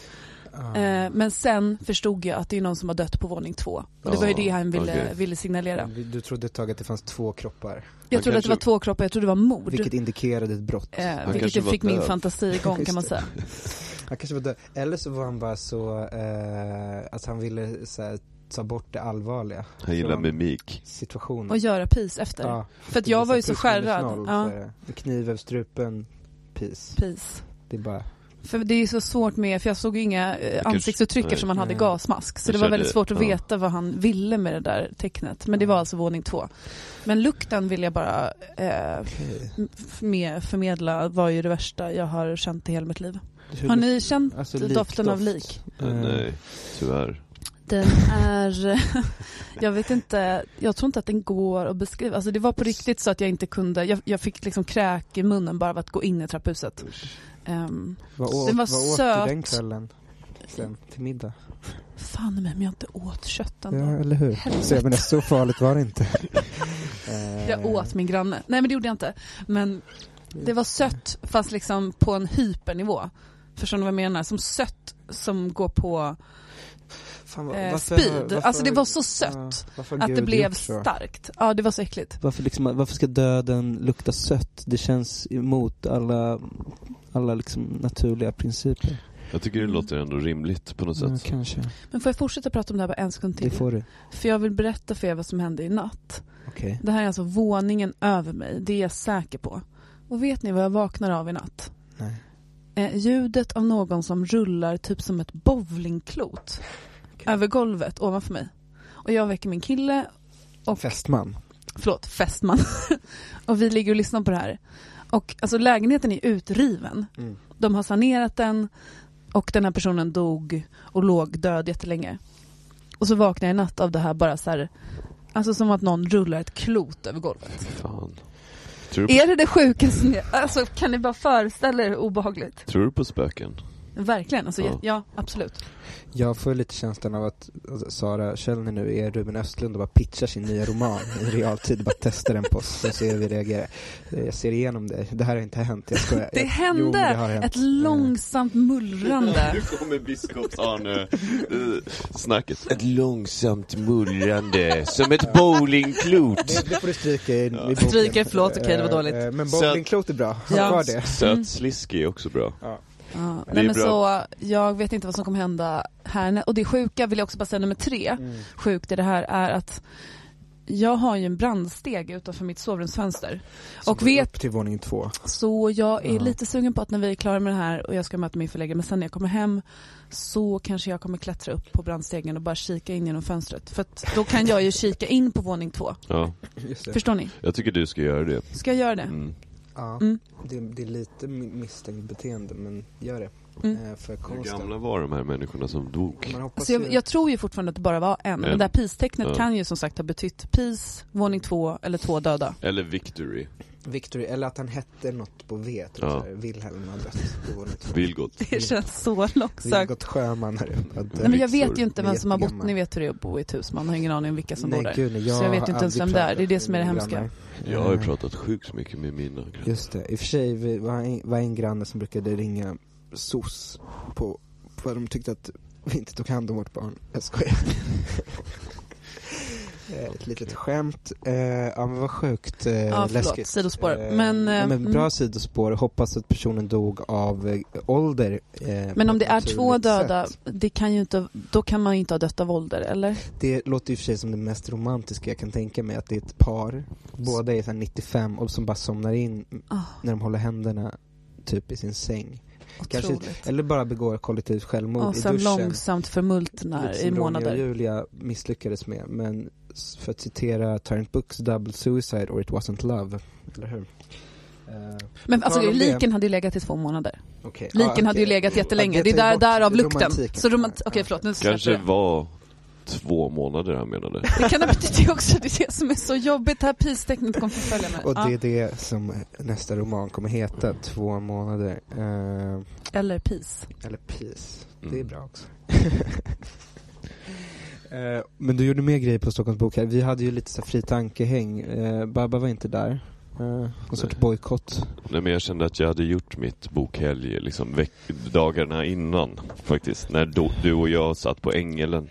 Ah. Eh, men sen förstod jag att det är någon som har dött på våning två. Och det var ju Ah, Ja, det han ville, okej. ville signalera. Vi- Du trodde ett tag att det fanns två kroppar, Jag trodde att det var kanske- två kroppar, jag trodde det var mord. vilket indikerade ett brott. eh, vilket kanske det var fick min död. fantasi igång kan man Just det. säga. Han kanske var död. Eller så var han bara så, eh, att han ville så här, ta bort det allvarliga Han gillar Från mimik. situationen. Och göra pis efter. Mm. Ja, För att det är jag var ju så plus minus skärrad. noll, Ja, så är det. Kniv över strupen, peace. pis. Det är bara, För det är ju så svårt med, för jag såg ju inga eh, kanske- ansiktsuttryck nej. eftersom han hade Mm. gasmask. Så Jag det var körde- väldigt svårt att ja. Mm. veta vad han ville med det där tecknet. Men det var alltså våning två. Men lukten vill jag bara eh, f- med förmedla var ju det värsta jag har känt i hela mitt liv. Har ni känt alltså, doften av likdoft. lik? Eh, Nej, tyvärr. Den är, (laughs) jag vet inte, jag tror inte att den går att beskriva. Alltså det var på riktigt så att jag inte kunde, jag, jag fick liksom kräk i munnen bara av att gå in i trapphuset. Ehm, Vad åt, Den var vad åt söt. du den kvällen? Sen, till middag? fan i mig om jag inte åt kött ändå. Ja, eller hur? Helvete. Så jag menar, så farligt var det inte. Eh, (laughs) Jag åt min granne. Nej men det gjorde jag inte. Men det var sött fast liksom på en hypernivå. Förstår ni vad jag menar? Som sött som går på Fan, va- eh, varför- speed. varför- Alltså det var så sött Ja, varför har att det Gud blev gjort så? starkt. Ja det var så äckligt. Varför, liksom, varför ska döden lukta sött? Det känns emot alla, alla liksom naturliga principer. Jag tycker det låter ändå rimligt på något Ja, sätt. kanske. Men får jag fortsätta prata om det här bara en sekund Det till? får du. För jag vill berätta för er vad som hände i natt. Okej. Det här är alltså våningen över mig. Det är jag säker på. Och vet ni vad jag vaknar av i natt? Nej. Eh, ljudet av någon som rullar typ som ett bowlingklot över golvet ovanför mig. Och jag väcker min kille, Och- Fästman. förlåt, fästman. (laughs) och vi ligger och lyssnar på det här. Och alltså lägenheten är utriven. Mm. De har sanerat den och den här personen dog och låg död jättelänge. Och så vaknar jag i natt av det här bara så här, alltså som att någon rullar ett klot över golvet. Fan. Tror du, på, Är det det sjukaste ni, alltså kan ni bara föreställa er hur obehagligt? tror du på spöken? Verkligen, alltså ja, Ja. ja absolut. Jag får lite känslan av att alltså, Sara Källner nu är Ruben Östlund och bara pitchar sin nya roman i realtid. Bara testar den på oss och ser hur vi reagerar. Eh, Jag ser igenom dig. Det här har inte hänt. Jag skojar. Det Jag- hände! Jo, men det har hänt. Ett (laughs) långsamt mullrande. kommer biskops-Arne eh, snacket. Ett långsamt mullrande som ett bowlingklot. Det, det får du stryka i, i boken. Stryker, förlåt, okej, det var Eh, dåligt. eh, Men Så- bowlingklot är bra. Ha Ja. kvar det. Mm. Söt sliski är också bra. Ja, är nej men bra. så, jag vet inte vad som kommer hända här. Och det sjuka vill jag också bara säga, nummer tre, sjukt i det här är att jag har ju en brandsteg utanför mitt sovrumsfönster. Som Och går vet- Upp till våning två. Så jag är Ja. lite sugen på att när vi är klara med det här och jag ska möta min förläggare, men sen när jag kommer hem så kanske jag kommer klättra upp på brandstegen och bara kika in genom fönstret. För att då kan jag ju kika in på våning två. Ja, Just det. Förstår ni? jag tycker du ska göra det. Ska jag göra det? Mm. Ja, Mm. det, det är lite mi- misstänkt beteende, men gör det. Mm. Eh, för Hur konsten. gamla var de här människorna som dog? Man hoppas Alltså jag, ju- jag tror ju fortfarande att det bara var en. Men En. det här pistecknet Ja. kan ju som sagt ha betytt pis, våning två eller två döda. Eller Victory. Victory, eller att han hette något på V, typ Ja. ja. Wilhelm har dött på våning två. Vilgot. Det känns så långsökt. Vilgot Sjöman här uppe. har dött. Nej, men jag vet ju Viktor, inte vem som har bott, jättegammal. ni vet hur det är att bo i ett hus, man har ingen aning om vilka som bor Nej, där. gud, nej, Så jag vet har inte ens aldrig vem det är. Det är det pratat som är det med hemska. grannar. Jag har ju Eh, pratat sjukt mycket med mina grannar. Just det, i och för sig vi var, en, var en granne som brukade ringa SOS på, på vad de tyckte att vi inte tog hand om vårt barn. Jag (laughs) skojar. Eh, Ett litet skämt. Eh, ja men vad sjukt eh, Ja, förlåt, läskigt. sidospår. Eh, Men, eh, ja, men bra mm. sidospår. Hoppas att personen dog av eh, ålder. eh, på Men om ett det är två naturligt döda, sätt. det kan ju inte, då kan man ju inte ha dött av ålder, eller? Det låter i och för sig som det mest romantiska jag kan tänka mig. Att det är ett par, båda är så här 95 och som bara somnar in Ah, när de håller händerna typ i sin säng. Kanske- otroligt. Eller bara begår kollektivt självmord Och i sen duschen. långsamt förmultnar Lite i som Romeo och månader. Julia misslyckades med. Men s- för att citera Tarrant Books Double Suicide or It Wasn't Love. Eller hur? Eh, Men alltså tal om det- liken hade ju legat i två månader. okej. Liken Ja, hade ju okej. legat jättelänge. Ja, Det är tar ju där, bort därav lukten. romantiken. Så romant... Okej, Ja. förlåt. Nu släpper Kanske jag. var två månader han menade. Det kan ha betytt det också. Det är det som är så jobbigt. Det här pistecknet kommer förfölja mig. Och det Ja. är det som nästa roman kommer heta, Två månader. Eh, Eller pis. eller Peace. Mm. Det är bra också. (laughs) Eh, Men du gjorde mer grejer på Stockholms bok här. Vi hade ju lite så här fri tankehäng. Eh, Babba var inte där. Eh, Någon sorts Nej. bojkott. Nej men jag kände att jag hade gjort mitt bokhelg liksom veck- dagarna innan faktiskt. När då, du och jag satt på Ängelen.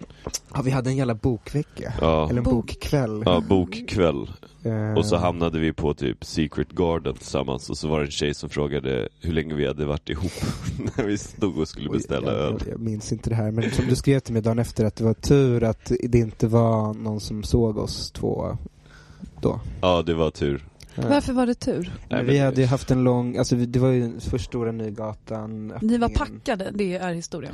Ja, vi hade en jävla bokvecka. Ja, Eller en Bok. bokkväll. ja bokkväll. Eh, Och så hamnade vi på typ Secret Garden tillsammans och så var det en tjej som frågade hur länge vi hade varit ihop (laughs) när vi stod och skulle oj, beställa jag, öl. Jag, jag minns inte det här, men som du skrev till mig dagen efter att det var tur att det inte var någon som såg oss två då. Ja, det var tur. Ja. Varför var det tur? Men Nej, vi men- hade ju haft en lång, alltså vi, det var ju först Stora Nygatan. Ni var öppningen. packade, det är historien.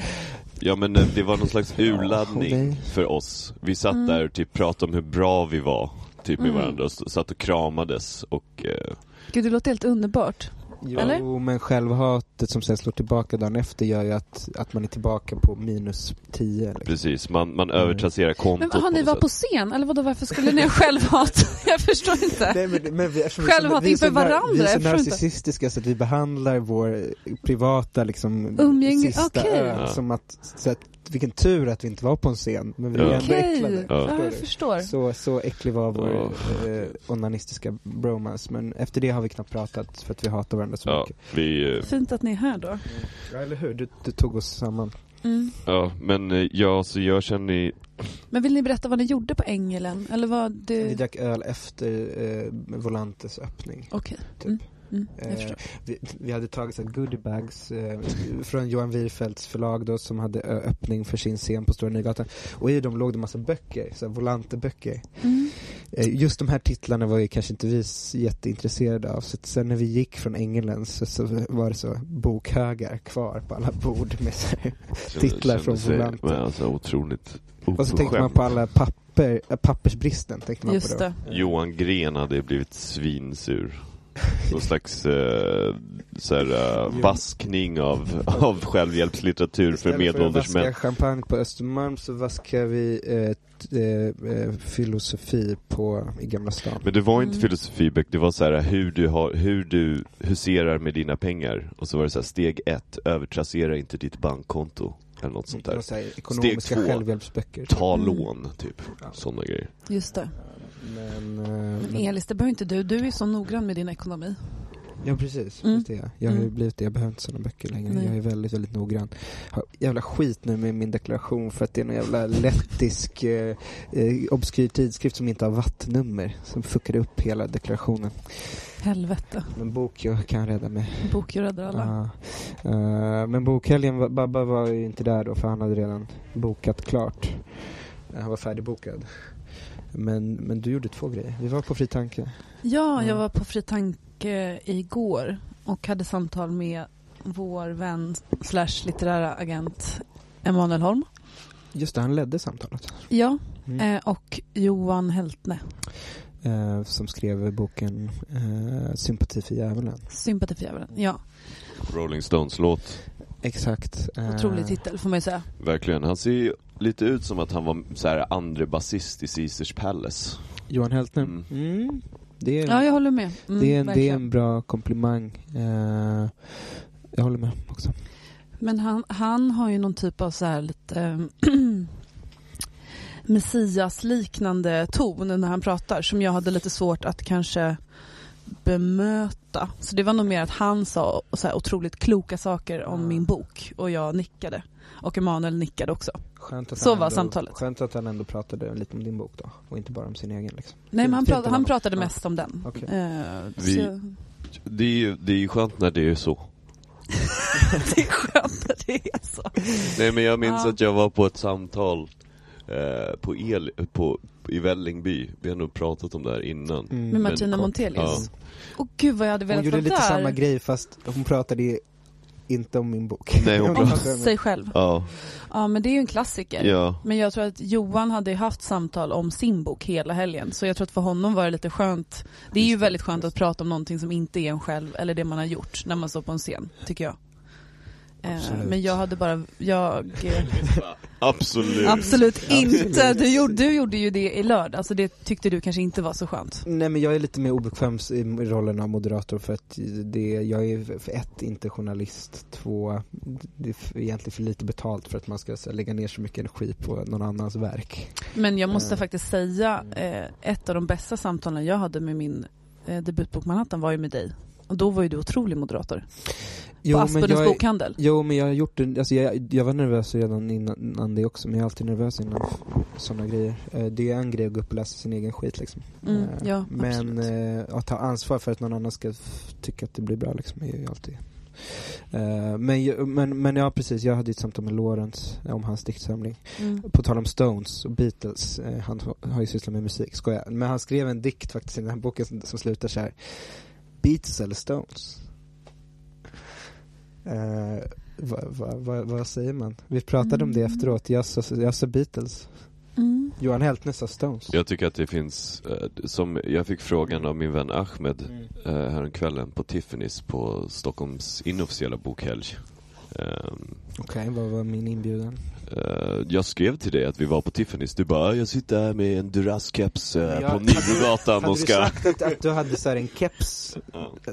Ja men eh, det var någon slags Ja, urladdning det- för oss. Vi satt Mm. där och typ pratade om hur bra vi var. Typ med Mm. varandra och s- satt och kramades och eh, Gud, det låter helt underbart. Jo, Eller? men självhatet som sen slår tillbaka dagen efter gör ju att, att man är tillbaka på minus 10. Liksom. precis, man, man Mm. övertrasserar kontot Men har ni något varit sätt. på scen? Eller vadå, varför skulle ni ha självhat? (laughs) Jag förstår inte. Nej, men, men vi, eftersom Självhat vi är så- inför vi är så varandra, Vi är jag så förstår inte. narcissistiska så att vi behandlar vår eh, privata liksom, Umgänge- sista okej. ö Ja. som att, så att, vilken tur att vi inte var på en scen, men vi Ja. är ändå Okej, äcklade. ja, jag Förstår du? förstår. Så, så äcklig var vår Ja. eh, onanistiska bromance, men efter det har vi knappt pratat för att vi hatar varandra så Ja, mycket. vi, eh, Fint att ni är här då. Ja, eller hur? Du, du tog oss samman. Mm. ja men eh, ja, så jag känner ju- Men vill ni berätta vad ni gjorde på Ängelen? Eller vad Vi det... drack öl efter eh, Volantes öppning. Okej. Typ. Mm. Mm, jag Eh, förstår. vi, vi hade tagit så här goodiebags eh, från Johan Wierfeldts förlag då som hade ö, öppning för sin scen på Stora Nygatan. Och i dem låg det massa böcker, så här Volante-böcker. Mm. Eh, just de här titlarna var ju kanske inte vi s- jätteintresserade av. Så att sen när vi gick från Engelen så, så var det så bokhögar kvar på alla bord med så här. känner- Titlar känner från sig- Volanten. Men alltså otroligt Och så tänkte man oförskämt. på alla papper, äh, pappersbristen tänkte man Just på då. det. Johan Gren hade blivit svinsur. Någon slags eh, så (laughs) här, eh, vaskning av, av självhjälpslitteratur för Istället medelålders att vaska män. champagne på Östermalm så vaskar vi eh, t- eh, eh, filosofi på, i Gamla stan. Men det var inte Mm. filosofiböcker, det var så här eh, hur du, har, hur du huserar med dina pengar. Och så var det så här steg ett, övertrassera inte ditt bankkonto. Eller något sånt Det där. var så här ekonomiska två. självhjälpsböcker. Ta Mm. lån, typ. Ja. Sådana grejer. Just det. Men, eh, Men men, Elis, det behöver inte du. Du är så noggrann med din ekonomi. ja precis, Mm. det är jag. Jag har ju Mm. blivit det, jag behöver inte sådana böcker längre. Nej. Jag är väldigt, väldigt noggrann. Har jävla skit nu med min deklaration för att det är någon jävla lettisk eh, eh, obskyr tidskrift som inte har vattnummer som fuckade upp hela deklarationen. Helvete. Men bok, jag kan rädda mig. Bokdjur räddar alla. Ja. Eh, men bokhelgen, var- Babba var ju inte där då för han hade redan bokat klart. Eh, Han var färdigbokad. Men, men du gjorde två grejer. Vi var på Fri Tanke. Ja, jag Mm. var på Fritanke igår och hade samtal med vår vän slash litterära agent Emanuel Holm. Just det, han ledde samtalet. Ja, Mm. eh, och Johan Heltne. Eh, som skrev boken eh, Sympati för djävulen. Sympati för djävulen. Ja, Rolling Stones-låt. Exakt. Eh, otrolig titel får man ju säga. Verkligen. Han ser ju lite ut som att han var så här andre basist i Caesars Palace. Johan Heltner. Mm. Mm. Det, är, Ja, jag håller med. Mm, det, är en, det är verkligen. en bra komplimang. Eh, jag håller med också. Men han, han har ju någon typ av så här lite ehm, (clears throat) messias-liknande ton när han pratar som jag hade lite svårt att kanske bemöta. Så det var nog mer att han sa så här otroligt kloka saker om Mm. min bok och jag nickade. Och Emanuel nickade också. Skönt att Så han var ändå, samtalet. Skönt att han ändå pratade lite om din bok då. Och inte bara om sin egen liksom. Nej, men han, Fint pratade, av han honom. pratade Ja. mest om den. Okej. Eh, Vi- så (laughs) jag- Det är ju det är ju skönt när det är så. det är skönt att det är så. Nej men jag minns Ja. att jag var på ett samtal eh, på el, på, i Vällingby. Vi har nog pratat om det här innan. Mm. Med Martina kort. Montelius. Och gud vad jag hade Hon velat gjorde vara lite där. samma grej fast hon pratade ju inte om min bok. Nej, hon om pratade (laughs) om- sig själv. Ja, Ja, men det är ju en klassiker. ja. Men jag tror att Johan hade ju haft samtal om sin bok hela helgen. Så jag tror att för honom var det lite skönt. Det är ju Just det, väldigt skönt just att prata om någonting som inte är en själv eller det man har gjort när man står på en scen, tycker jag. Eh, Absolut. Men jag hade bara, jag, eh, Absolut. absolut inte. Absolut. Du gjorde, du gjorde ju det i lördag, så det tyckte du kanske inte var så skönt. (laughs) Nej men jag är lite mer obekväm i rollen av moderator för att det, jag är för ett, inte journalist, två, det är f- egentligen för lite betalt för att man ska så, här, lägga ner så mycket energi på någon annans verk. Men jag måste Mm. faktiskt säga, eh, ett av de bästa samtalen jag hade med min eh, debutbok Manhattan var ju med dig. Och då var ju du otrolig moderator. på men Aspuddens jag, är- bokhandel. jo men jag har gjort det, alltså jag, jag var nervös redan innan, innan det också men jag är alltid nervös innan sådana grejer. Eh, Det är en grej att gå upp och läsa sin egen skit liksom. Mm, Eh, ja, men absolut. eh, att ta ansvar för att någon annan ska f- tycka att det blir bra liksom är ju alltid Eh, men, ju- men, men ja, precis. Jag hade ju ett samtal med Lawrence eh, om hans diktsamling. Mm. På tal om Stones och Beatles. Eh, han har- har ju sysslat med musik, skojar. Men han skrev en dikt faktiskt i den här boken som, som slutar så här. Beatles eller Stones? Eh, vad, vad, vad, vad säger man? Vi pratade om det Mm. efteråt. Jag sa, jag sa Beatles. Mm. Johan Heltner sa Stones. Jag tycker att det finns, eh, som jag fick frågan av min vän Ahmed Mm. eh, häromkvällen på Tiffany's på Stockholms inofficiella bokhelg. Ehm, Okej, vad var min inbjudan? eh, jag skrev till dig att vi var på Tiffany's, du bara "Ah, jag sitter här med en Duras-keps eh, Jag- på Nybrogatan Hade och du ska... sagt att, att du hade så här (laughs) en keps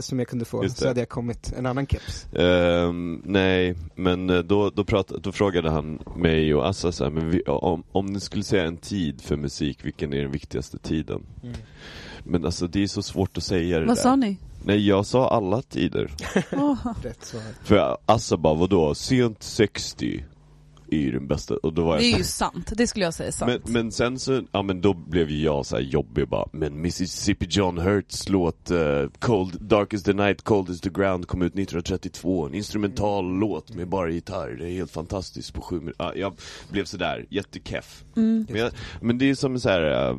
som jag kunde få Just så det. hade jag kommit en annan keps. Ehm, nej, men eh, då, då, prat, då frågade han mig och Assa så här, men vi, om, om ni skulle säga en tid för musik, vilken är den viktigaste tiden? Mm. Men alltså det är så svårt att säga det Vad där. sa ni? Nej, jag sa alla tider. Åh, Rätt svar. För Assa bara, vadå, sent 60 är ju den bästa, och då var (laughs) det jag är ju sant. Det skulle jag säga är men, sant. men sen så, ja men då blev ju jag så här jobbig och bara, men Mississippi John Hurts låt eh, Cold, Darkest the Night, Coldest the Ground kom ut 1932, en instrumental låt med bara gitarr, det är helt fantastiskt på sju min- ja, Jag blev sådär, jättekeff. Mm. Men, jag, men det är som så här. eh,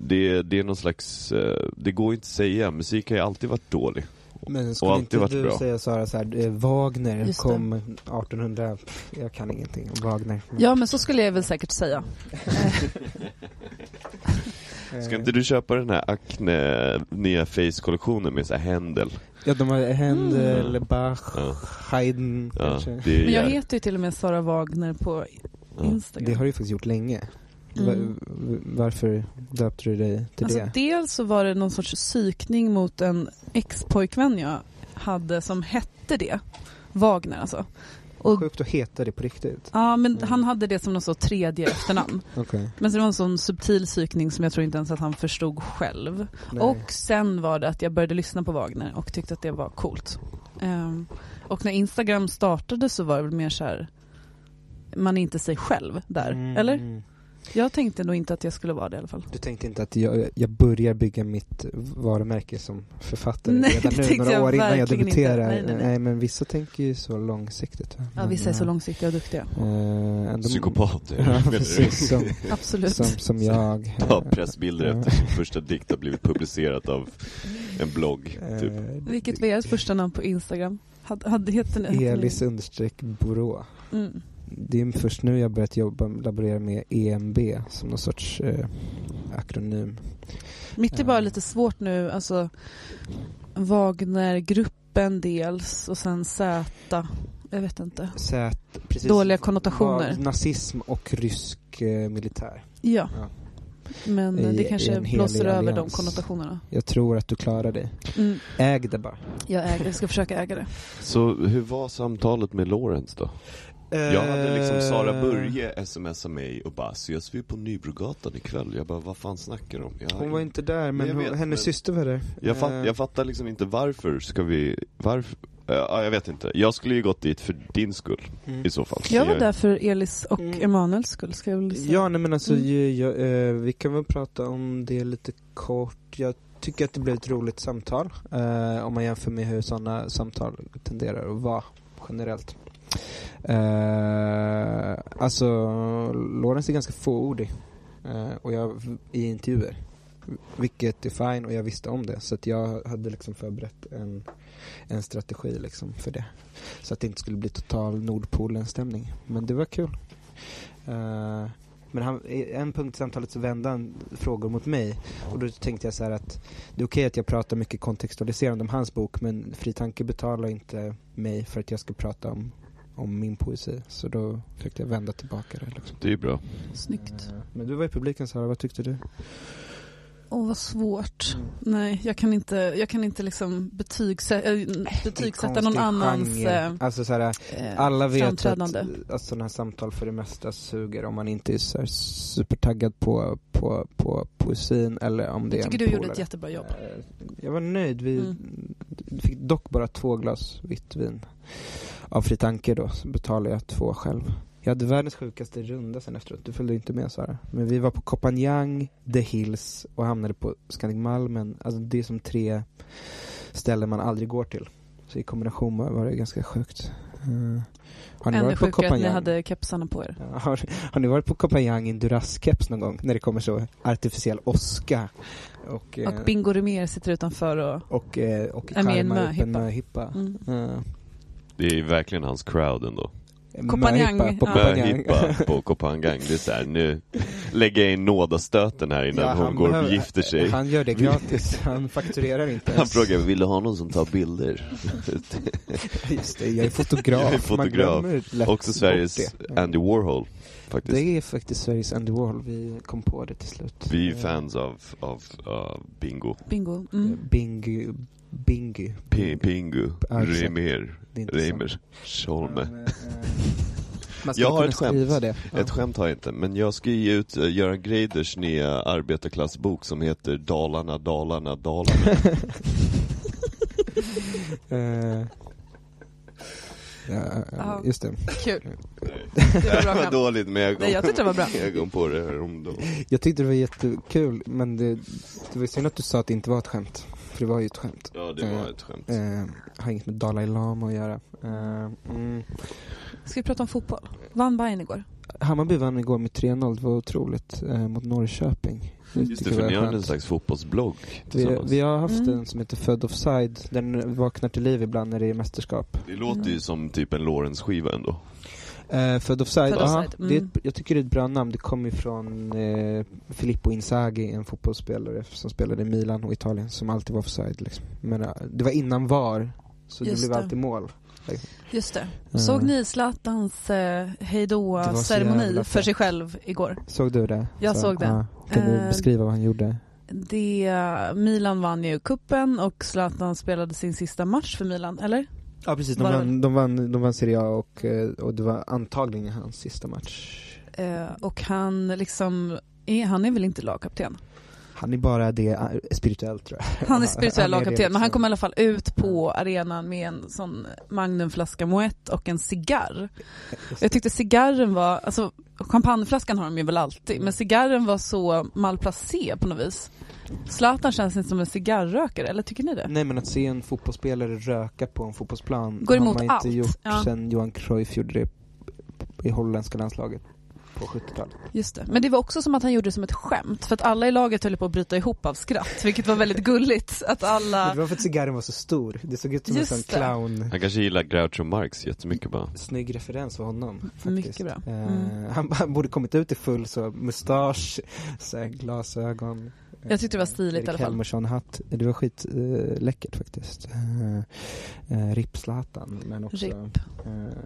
det, det är någon slags, eh, det går inte att säga, musik har ju alltid varit dålig. Men Och skulle alltid inte varit du bra. säga Sara så här, eh, Wagner Just det. kom 1800, pff, jag kan ingenting om Wagner. Men, Ja, men så skulle jag väl säkert säga. eh, Ska inte du köpa den här Acne, nya Face-kollektionen med så här händel? Ja, de har Händel, Bach, Mm. Ja. Haydn Ja, kanske. det är Men jag jär- heter ju till och med Sara Wagner på Ja. Det Instagram. har du ju faktiskt gjort länge. Va- Mm. v- Varför döpte du dig till Alltså, det? dels så var det någon sorts psykning mot en ex-pojkvän jag hade som hette det. Wagner alltså. Och, Sjukt att heta det på riktigt. ja, men Mm. han hade det som något så tredje efternamn. Okej. Men så det var en sån subtil psykning som jag tror inte ens att han förstod själv. Nej. Och sen var det att jag började lyssna på Wagner och tyckte att det var coolt. Ehm, och när Instagram startade så var det väl mer så här, man är inte sig själv där, Mm, eller? mm. Jag tänkte nog inte att jag skulle vara det i alla fall. Du tänkte inte att jag, jag börjar bygga mitt varumärke som författare Nej, redan det nu, tänkte några jag år innan jag verkligen inte. debuterar? Nej, nej, nej. men vissa tänker ju så långsiktigt. Va? Ja, vissa är så långsiktiga och duktiga. Eh, ändå- Psykopater. Ja, precis. (laughs) Som, Absolut. som, som jag. Ta pressbilder efter sin första dikt har blivit publicerat av en blogg, Eh, typ. Vilket var ert första namn på Instagram? Hade, hade, heter ni, heter Elis understreck Borå. ni? Mm. Det är först nu jag börjat jobba, laborera med EMB som någon sorts eh, akronym. Mitt är bara lite svårt nu, alltså Wagnergruppen dels och sen Z. Jag vet inte. Så att, precis, Dåliga konnotationer. Vad- Nazism och rysk eh, militär. Ja. Ja. Men eh, I- det i kanske en helig blåser över de allians. konnotationerna. Jag tror att du klarar dig. Mm, Äg det bara. jag, äger, jag ska försöka äga det. Så hur var samtalet med Lorentz då? Jag hade liksom Eh. Sara Börje smsade mig och bara, ses vi på Nybrogatan ikväll? Jag bara, vad fan snackar de om? Jag, har Hon var ingen- inte där men Jag hon, vet, hennes men- syster var där. jag, Eh, fatt, jag fattar liksom inte varför ska vi, varför? Eh, Ja, jag vet inte. Jag skulle ju gått dit för din skull mm. i så fall. Jag var där för Elis och Mm. Emanuels skull, ska jag väl säga. Ja, nej men alltså Mm. ju- jag, eh, vi kan väl prata om det lite kort. Jag tycker att det blev ett roligt samtal eh, om man jämför med hur sådana samtal tenderar att vara generellt. Eh, alltså, Lorentz är ganska fåordig eh, och jag, i intervjuer. Vilket är fine och jag visste om det så att jag hade liksom förberett en, en strategi liksom för det. Så att det inte skulle bli total Nordpolen-stämning. Men det var kul. Eh, men han, i en punkt i samtalet så vände han frågor mot mig och då tänkte jag så här att det är okej att jag pratar mycket kontextualiserande om hans bok men Fritanke betalar inte mig för att jag ska prata om, om min poesi. Så då försökte jag vända tillbaka det. Liksom. Det är ju bra. Snyggt. Eh, Men du var i publiken Sara, vad tyckte du? Åh, vad svårt. Nej, jag kan inte, jag kan inte liksom betygsä- äh, betygsätta någon Konstig annans... genre. eh, Alltså så här, eh, alla vet att, framträdande. att sådana här samtal för det mesta suger om man inte är så här supertaggad på, på, på poesin eller om det Jag är en tycker du gjorde polare. ett jättebra jobb. Eh, Jag var nöjd. Vi Mm. fick dock bara två glas vitt vin av Fri Tanke då. Så betalade jag två själv. Jag hade världens sjukaste runda sen efteråt. Du följde inte med Sara. Men vi var på Copanjang, The Hills och hamnade på Scandic Malmen. Alltså det är som tre ställen man aldrig går till. Så i kombination med- var det ganska sjukt. Eh, har ni Ännu varit på sjukare att ni Copenhagen? hade kepsarna på er. Ja, Har, har ni varit på Copenhagen Duras-keps någon gång? När det kommer så artificiell åska och, eh, Och Bingo Rimér sitter utanför och... och, eh, och Ja, med en charmar upp en möhippa. möhippa. Mm. Eh, Det är verkligen hans crowd ändå. en Copenhagen, Eh, möhippa på ja. Copenhagen. Möhippa på Kopangang. Det är såhär, nu lägger jag in nådastöten här innan Ja, han hon går och behöver- gifter sig. (laughs) Han, Han gör det gratis, han fakturerar inte ens. frågar, vill du ha någon som tar bilder? Just det, jag är fotograf. Jag är Man fotograf. glömmer lätt Också bort Sveriges det. Andy Warhol, faktiskt. Det är faktiskt Sveriges Andy Warhol, vi kom på det till slut. Vi är Eh, fans av, av, av Bingo. Bingo. Mm. Bingy, Bingy. P- Pingu, Ja, exakt. Remer, Det är inte sant. Reimer, Scholme. Men, eh, Man Jag ska har kunna ett skämt. skriva det. Ja. Ett skämt har jag inte, men jag ska ge ut eh, Göran Greiders nya arbetarklassbok som heter Dalarna, Dalarna, Dalarna. Eh, ja, eh, Ja. Just (laughs) det. Kul. Det var bra var skämt. dåligt men jag kom, Nej, jag tyckte det (laughs) var bra. jag kom på det häromdagen. Jag tyckte det var jättekul men det, det var synd att du sa att det inte var ett skämt. För det var ju ett skämt. Ja, det var ett skämt. Eh, har inget med Dalai Lama att göra. Eh, mm. Ska vi prata om fotboll? Vann Bayern igår? Hammarby vann igår med 3-0, det var otroligt, eh, mot Norrköping. Det Just tycker det, jag för var ni har skönt. en slags fotbollsblogg vi, tillsammans. vi har haft Mm. en som heter Född Offside, den vaknar till liv ibland när det är mästerskap. Det låter ju som typ en Lorentz-skiva ändå. Eh, Född Offside, Född ja. Offside, Det är mm. ett, jag tycker det är ett bra namn, det kommer ju från eh, Filippo Inzaghi, en fotbollsspelare som spelade i Milan och Italien, som alltid var offside liksom. Men eh, det var innan VAR, så Just det blev det. alltid mål. Just det. Eh, Såg ni Zlatans eh, Det var så jävla hejdå-ceremoni för fett. sig själv igår? Eh, Såg du det? Jag Så, såg det. ja. Kan du Eh, beskriva vad han gjorde? Det, Milan vann ju kuppen och Zlatan spelade sin sista match för Milan, eller? Ja precis, de de Bara- vann, vann- de vann, de vann Serie A och, eh, och det var antagligen hans sista match. Eh, och han liksom, är, han är väl inte lagkapten? Han är bara det eh, spirituellt tror jag. Han är spirituell Han är det lagkapten, men han liksom. kom i alla fall ut på arenan med en sån magnumflaska Moët och en cigarr. Och Jag tyckte cigarren var, alltså champagneflaskan har de ju väl alltid, men cigarren var så malplacé på något vis. Zlatan känns inte som en cigarrökare, eller tycker ni det? Nej men att se en fotbollsspelare röka på en fotbollsplan Går emot har man allt. inte gjort Ja. sen Johan Cruyff gjorde det i holländska landslaget på 70-talet. Just det. Men det var också som att han gjorde det som ett skämt, för att alla i laget höll på att bryta ihop av skratt, (laughs) vilket var väldigt gulligt att alla... Men Det var för att cigarren var så stor. Det såg ut som Just en sån det. clown. Han kanske gillar Groucho Marx jättemycket bara. Snygg referens för honom. Faktiskt. Mycket bra. Mm. Eh, han, han borde kommit ut i full så mustasch, så här, glasögon. eh, Jag tyckte det var stiligt i alla Erik fall. Helmersson-hatt. Det var skitläckert eh, läckert faktiskt. Eh, eh, RIP Zlatan, men också... RIP. Eh,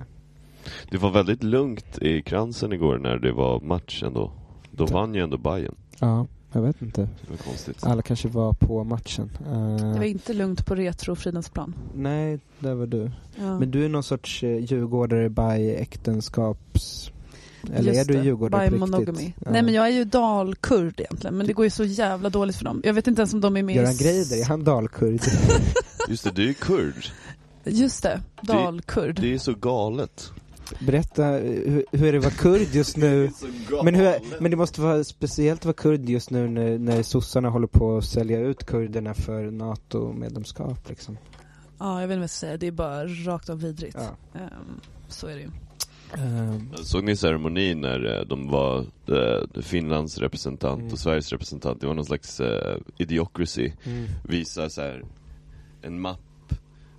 Det var väldigt lugnt i kransen igår när det var match ändå. Då vann ju ändå Bayern. ja, jag vet inte. Det var konstigt. Typ Alla kanske var på matchen. Eh, Det var inte lugnt på retro Fridensplan. Nej, där var du. Ja. Men du är någon sorts eh, djurgårdare by äktenskaps... Eller Just är du det, djurgårdare by på monogamy. riktigt? Ja. Nej men jag är ju dalkurd egentligen, men det går ju så jävla dåligt för dem. Jag vet inte ens om de är med i Göran s- Greider, är han (laughs) dalkurd? Just det, du är kurd. Just det, dalkurd. Det är så galet. Berätta, eh, hur, hur är det att vara kurd just nu? Men, hur, men det måste vara speciellt att vara kurd just nu när, när sossarna håller på att sälja ut kurderna för NATO-medlemskap liksom. Ja, jag vet inte vad jag ska säga, det är bara rakt av vidrigt. Ja. Ehm, så är det ju. Ehm, Såg ni ceremonin när eh, de var eh, Finlands representant Mm. och Sveriges representant? Det var någon slags eh, idiocracy. mm. Visa så här en mapp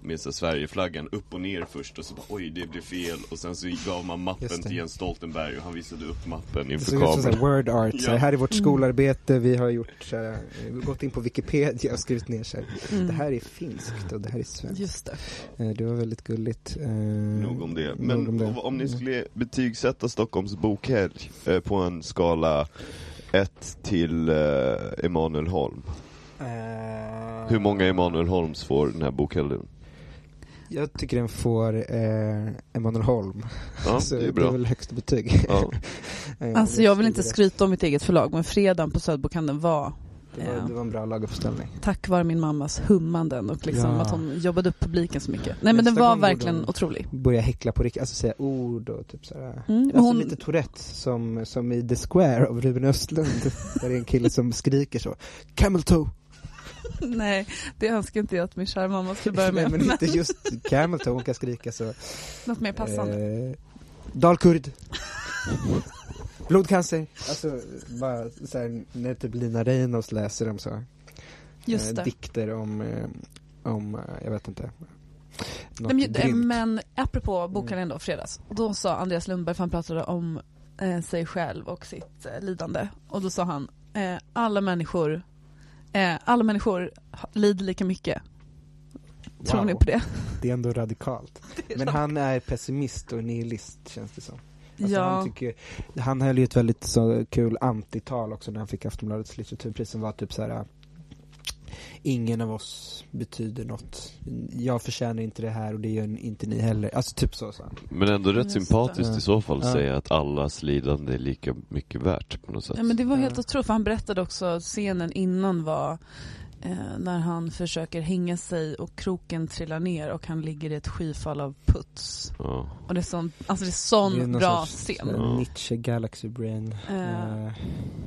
med så här Sverigeflaggan upp och ner först och så bara oj det blev fel och sen så gav man mappen Just det. till Jens Stoltenberg och han visade upp mappen Det inför såg ut som så här kameran. word art, så här, Ja. här är vårt Mm. skolarbete, vi har gjort, så här, eh, gått in på Wikipedia och skrivit ner så här. Mm. Det här är finskt och det här är svenskt. Just det. Eh, Det var väldigt gulligt. Eh, Nog om det. nog Men om det. Mm. om, om ni skulle betygsätta Stockholms bokhelg eh, på en skala 1 till eh, Emanuel Holm. Eh, Hur många Emanuel Holms får den här bokhelgen? Jag tycker den får eh, Emanuel Holm. Ja, (laughs) Så det är det är bra. väl högsta betyg. Ja. (laughs) Eh, Alltså det jag vill är inte det. skryta om mitt eget förlag, men fredagen på Söderbokhandeln var Det var, det var en bra laguppställning. tack vare min mammas hummanden och liksom Ja. att hon jobbade upp publiken så mycket. Nej men Nästa den var gång borde verkligen hon- otrolig. Börja häckla på riktigt, alltså säga ord och typ sådär. Mm, men Alltså hon, lite Tourette som, som (laughs) i The Square av Ruben Östlund. där det är en kille som skriker så. Camel toe! (laughs) Nej, det önskar inte jag att min kära mamma skulle börja Nej, med. men inte just Camel Toe, hon kan skrika så. Något mer passande. Eh, Dalkurd. (laughs) Blodcancer. Alltså, bara så här, när typ Lina Reinholds läser om så här, Just det. dikter om, eh, om, eh, jag vet inte. Något Nej, men, grymt. Mm. men apropå bokhandeln då, fredags. Då sa Andreas Lundberg, för han pratade om eh, sig själv och sitt eh, lidande. Och då sa han, eh, alla människor, eh, alla människor ha- lider lika mycket. Tror Wow. ni på det? (laughs) Det är ändå radikalt. Men han är pessimist och nihilist känns det som. Alltså han, ja, tycker, han höll ju ett väldigt så kul antital också när han fick Aftonbladets litteraturpris som var typ så här. Ingen av oss betyder något. Jag förtjänar inte det här och det gör inte ni heller. Alltså typ så sa han. Men ändå rätt Just det. sympatiskt i så fall Ja. säga att allas lidande är lika mycket värt på något sätt. ja men det var helt Ja. otroligt. För han berättade också att scenen innan var eh, när han försöker hänga sig och kroken trillar ner och han ligger i ett skyfall av puts. Ja. Och det är sån, alltså det är Det är sån någon bra sorts, scen. eh, Ja. Nietzsche Galaxy Brain. Eh, Eh,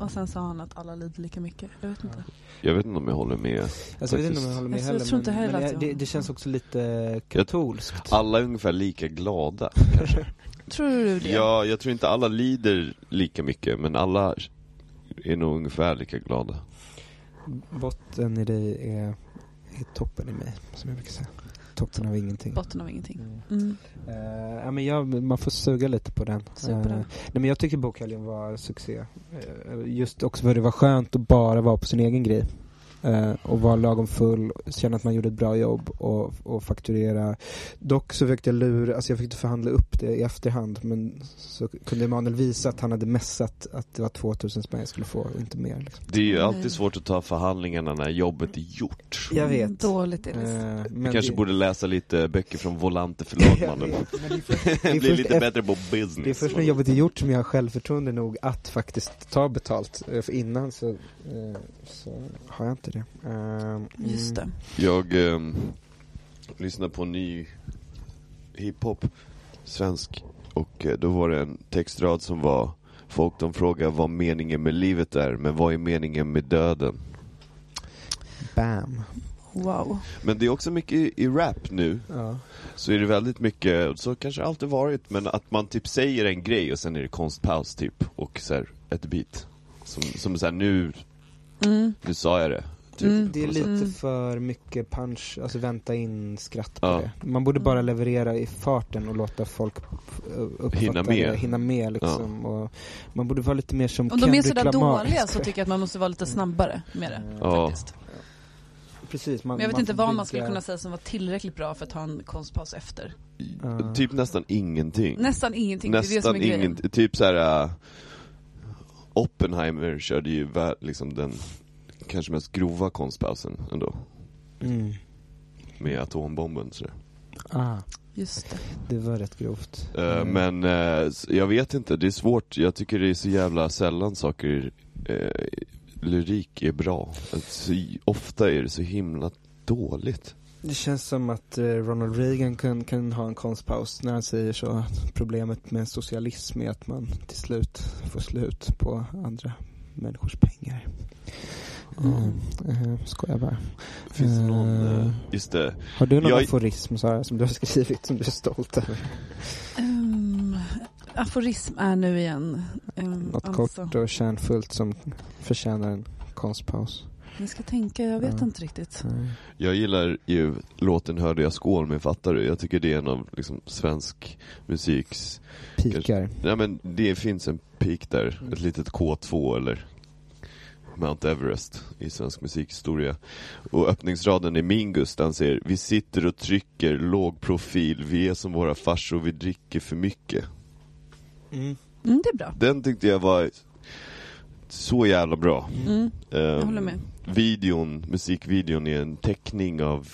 Och sen sa han att alla lider lika mycket. Jag vet inte. Jag vet inte om jag håller med. Alltså jag vet inte om jag Faktiskt. håller med Jag heller. tror inte men- heller men att jag- jag- det, det känns också lite katolskt. Alla är ungefär lika glada. Tror du det? Ja, jag tror inte alla lider lika mycket men alla är nog ungefär lika glada. Botten i dig är, är toppen i mig, som jag brukar säga. Toppen av ingenting. Botten av ingenting. Mm. Mm. Eh, ja, men jag, man får suga lite på den. Sug på den. Eh, nej, men jag tycker bokhelgen var succé. Eh, just också för det var skönt att bara vara på sin egen grej. Eh, och vara lagom full, känna att man gjorde ett bra jobb och, och fakturera. Dock så försökte jag lura, alltså jag fick inte förhandla upp det i efterhand men så kunde Emanuel visa att han hade messat att det var 2000 spänn jag skulle få och inte mer. Liksom. Det är ju Nej. alltid svårt att ta förhandlingarna när jobbet är gjort. Jag vet. Mm, Dåligt Elis. Eh, men Vi kanske det- borde läsa lite böcker från Volante förlag (laughs) Jag mannen. vet, men det är först- (laughs) det är Bli först lite efter- bättre på business. Det är först när jobbet är gjort som jag har självförtroende nog att faktiskt ta betalt. Eh, För innan så, eh, så har jag inte det. Ehm, Just det. mm. Jag ehm, lyssnade på ny hiphop, svensk, och eh, då var det en textrad som var Folk de frågar vad meningen med livet är, men vad är meningen med döden? Bam. Wow. Men det är också mycket i, i rap nu, Ja. så är det väldigt mycket, så kanske det alltid varit, men att man typ säger en grej och sen är det konstpaus typ, och så här, ett beat. Som, som såhär, nu, Mm. nu sa jag det. Typ, Mm, Det på är något lite sätt. Mm. för mycket punch, alltså vänta in skratt på Ja. det. Man borde bara Mm. leverera i farten och låta folk eh, uppfatta Hinna med. det, hinna med liksom. Och man borde vara lite mer som Om de är Kendrick sådär Lamar. dåliga så tycker jag att man måste vara lite snabbare med det. Ja. Faktiskt. Precis, man, Men jag vet man inte får vad man bygga- skulle kunna säga som var tillräckligt bra för att ha en konstpaus efter. Ja. Typ nästan ingenting. ah. Nästan ingenting. det är det som Nästan är grejen. ingenting. Typ såhär, äh, Oppenheimer körde ju vä- liksom den kanske mest grova konstpausen ändå. Mm. Med atombomben sådär. Ah, Just det. det var rätt grovt. Eh, Mm. Men eh, s- jag vet inte, det är svårt. Jag tycker det är så jävla sällan saker, eh, lyrik är bra. Att Så, j- ofta är det så himla dåligt. Det känns som att eh, Ronald Reagan kan, kan ha en konstpaus när han säger så. Problemet med socialism är att man till slut får slut på andra människors pengar. Mm. Eh, skojar bara. Finns det någon, Eh, eh, just det. Har du någon jag- aforism Sara, som du har skrivit som du är stolt över? Um, aforism är nu igen. Um, Något alltså. kort och kärnfullt som förtjänar en konstpaus? Jag ska tänka, jag vet Ja. inte riktigt. Mm. Jag gillar ju låten Hörde jag skål med Fattar du? Jag tycker det är en av liksom, svensk musiks Pikar. Nej men det finns en peak där, ett litet K2 eller Mount Everest i svensk musikhistoria. Och öppningsraden i Mingus, där han säger Vi sitter och trycker, låg profil, vi är som våra farsor, vi dricker för mycket. Mm. Mm, det är bra. Den tyckte jag var så jävla bra. Mm, jag Ehm, håller med. Videon, musikvideon är en teckning av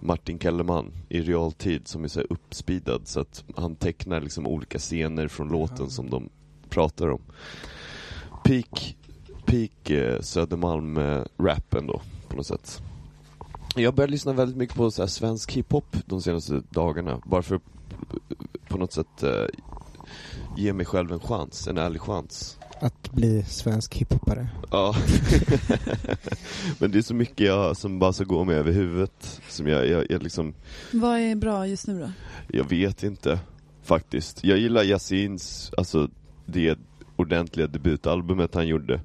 Martin Kellerman i realtid som är så här uppspeedad så att han tecknar liksom olika scener från låten som de pratar om. Peak, peak eh, Södermalm-rappen då på något sätt. Jag började lyssna väldigt mycket på så här svensk hiphop de senaste dagarna bara för att eh, på något sätt eh, ge mig själv en chans, en ärlig chans. Att bli svensk hiphopare. Ja. (laughs) Men det är så mycket jag, som bara så går mig över huvudet. Som jag, jag, jag liksom, Vad är bra just nu då? jag vet inte faktiskt. Jag gillar Yassins, alltså det ordentliga debutalbumet han gjorde.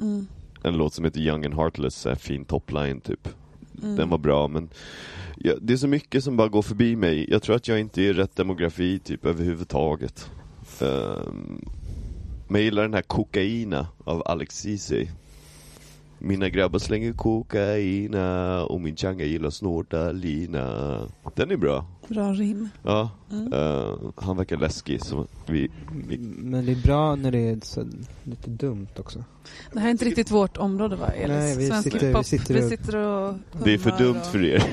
Mm. En låt som heter Young and Heartless, så här fin topline typ. Mm. Den var bra men jag, det är så mycket som bara går förbi mig. Jag tror att jag inte är i rätt demografi typ överhuvudtaget. Ehm, men jag gillar den här Kokaina av Alex Ceesay. Mina grabbar slänger kokaina och min changa gillar snorta lina. Den är bra. Bra rim. Ja, Mm. ehm, han verkar läskig så vi, vi Men det är bra när det är så, lite dumt också. Det här är inte riktigt vårt område va? Elis? Nej, vi Svensk sitter- hiphop. vi sitter vi och- sitter och Det är för hummar dumt och- för er. (laughs)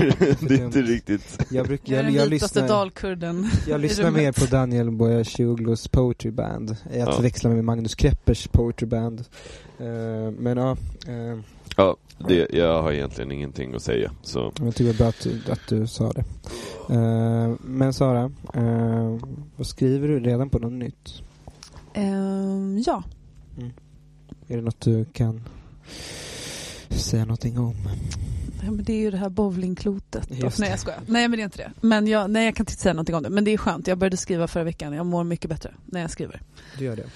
Det är inte dumt. riktigt. Jag, bruk, Jag är jag, den jag, vitaste lyssnar, dalkurden. jag (laughs) i lyssnar rummet. mer på Daniel Boyashioglos Poetry Band. Jag Ja. förväxlar med Magnus Kreppers Poetry Band. Eh, men ja, eh, Ja, det, jag har egentligen ingenting att säga. Så jag tycker det är bra att, du- att du sa det. Eh, men Sara, eh, vad skriver du redan på något nytt? Ehm, ja, Är det något du kan säga någonting om? Ja, men det är ju det här bowlingklotet. då. Just Nej det. jag skojar. Nej men det är inte det. Men jag, nej, jag kan inte säga någonting om det. Men det är skönt. Jag började skriva förra veckan. Jag mår mycket bättre när jag skriver. Du gör det?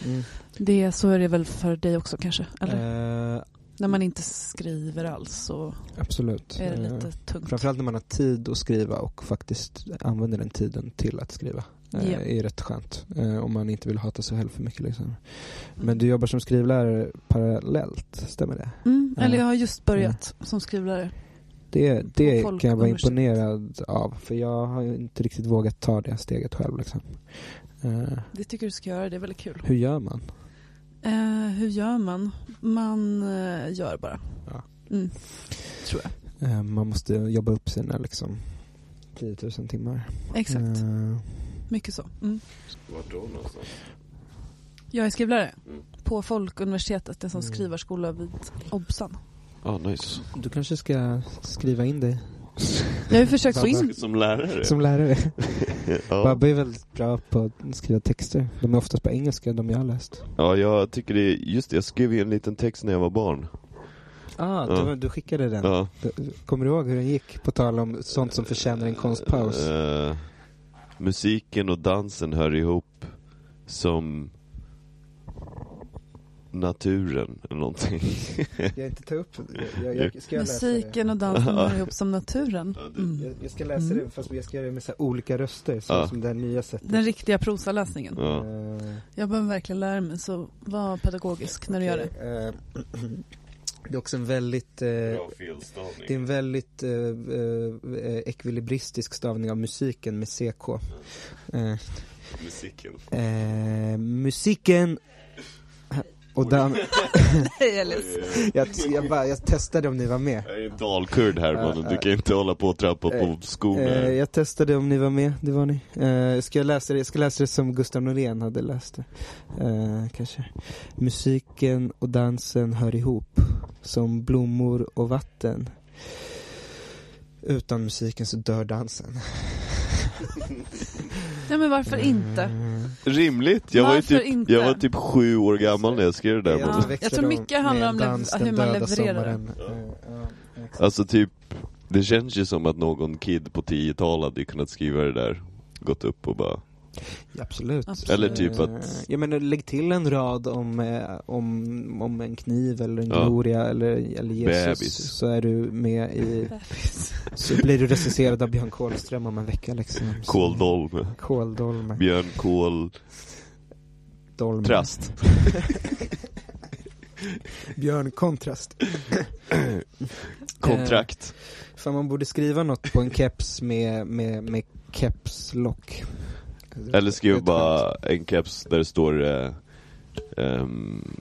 Det, så är det väl för dig också kanske? Eller? Mm. Eh, När man inte skriver alls så absolut. är det Eh, lite tungt. Framförallt när man har tid att skriva och faktiskt använder den tiden till att skriva. Eh, Ja. Mm. är ju rätt skönt. Eh, om man inte vill hata sig själv för mycket. Liksom. Men du jobbar som skrivlärare parallellt, stämmer det? Mm, Ja. eller jag har just börjat som skrivlärare. Det, det På kan jag vara Folkuniversitetet. imponerad av. För jag har ju inte riktigt vågat ta det steget själv. Liksom. Eh, Det tycker du ska göra, det är väldigt kul. hur gör man? Eh, hur gör man? Man eh, gör bara. Ja. Mm. Tror jag. Eh, man måste jobba upp sina liksom, 10 000 timmar. Exakt, Eh, mycket så. Mm. Vart då någonstans? Jag är skrivlärare Mm. på Folkuniversitetet, en sån Mm. skrivarskola vid Obsan. Ja, ah, nice. du kanske ska skriva in dig Jag har ju försökt få in... Som lärare? som lärare? ja. Babbe är väldigt bra på att skriva texter. De är oftast på engelska, de jag har läst. ja, jag tycker det är, just det, jag skrev ju en liten text när jag var barn. Ah, Ja. du, du skickade den. Ja. Kommer du ihåg hur den gick? På tal om sånt som förtjänar en konstpaus. Eh, musiken och dansen hör ihop som naturen eller någonting. Jag inte ta upp jag, jag- ska Musiken och dansen hör ihop som naturen. Mm. Jag, ska läsa Mm. det, fast jag ska göra det med olika röster. så Ja. Som det här nya sättet. Den riktiga prosaläsningen. Ja. Jag behöver verkligen lära mig, så var pedagogisk när (laughs) du gör det. Eh, (clears throat) Det är också en väldigt eh, Det är en väldigt eh, eh, eh, ekvilibristisk stavning av musiken med CK. Eh, Musiken. eh, musiken och dan- Hej Alice! jag, jag, bara, jag testade om ni var med. Jag är en dalkurd här mannen, du kan inte hålla på och trampa på Eh, skorna. jag testade om ni var med, det var ni. Eh, ska jag, läsa det? jag ska läsa det som Gustav Norén hade läst det. Eh, kanske. Musiken och dansen hör ihop, som blommor och vatten. Utan musiken så dör dansen. Nej men varför Mm. inte? Eh, Rimligt, jag var, ju Varför typ, inte? jag var typ sju år gammal när jag skrev det där. Ja. mannen. jag tror mycket handlar om lev- hur man levererar. Alltså typ, det känns ju som att någon kid på 10-tal hade kunnat skriva det där. Gått upp och bara, Absolut. Absolut. Eller typ att- Eh, Ja men lägg till en rad om, eh, om, om en kniv eller en Ja. gloria eller, eller Jesus. Bebis. Så är du med i, Bebis. så blir du recenserad av Björn Kålström om en vecka liksom. Så- Kåldolme, Kåldolme. Björn Kål, Dolme. Trast. (laughs) Björn Kontrast. Kontrakt. Fan man borde skriva något på en keps med, med, med kepslock. Eh, Eller skriv Ett skämt. bara en keps där det står eh, ehm,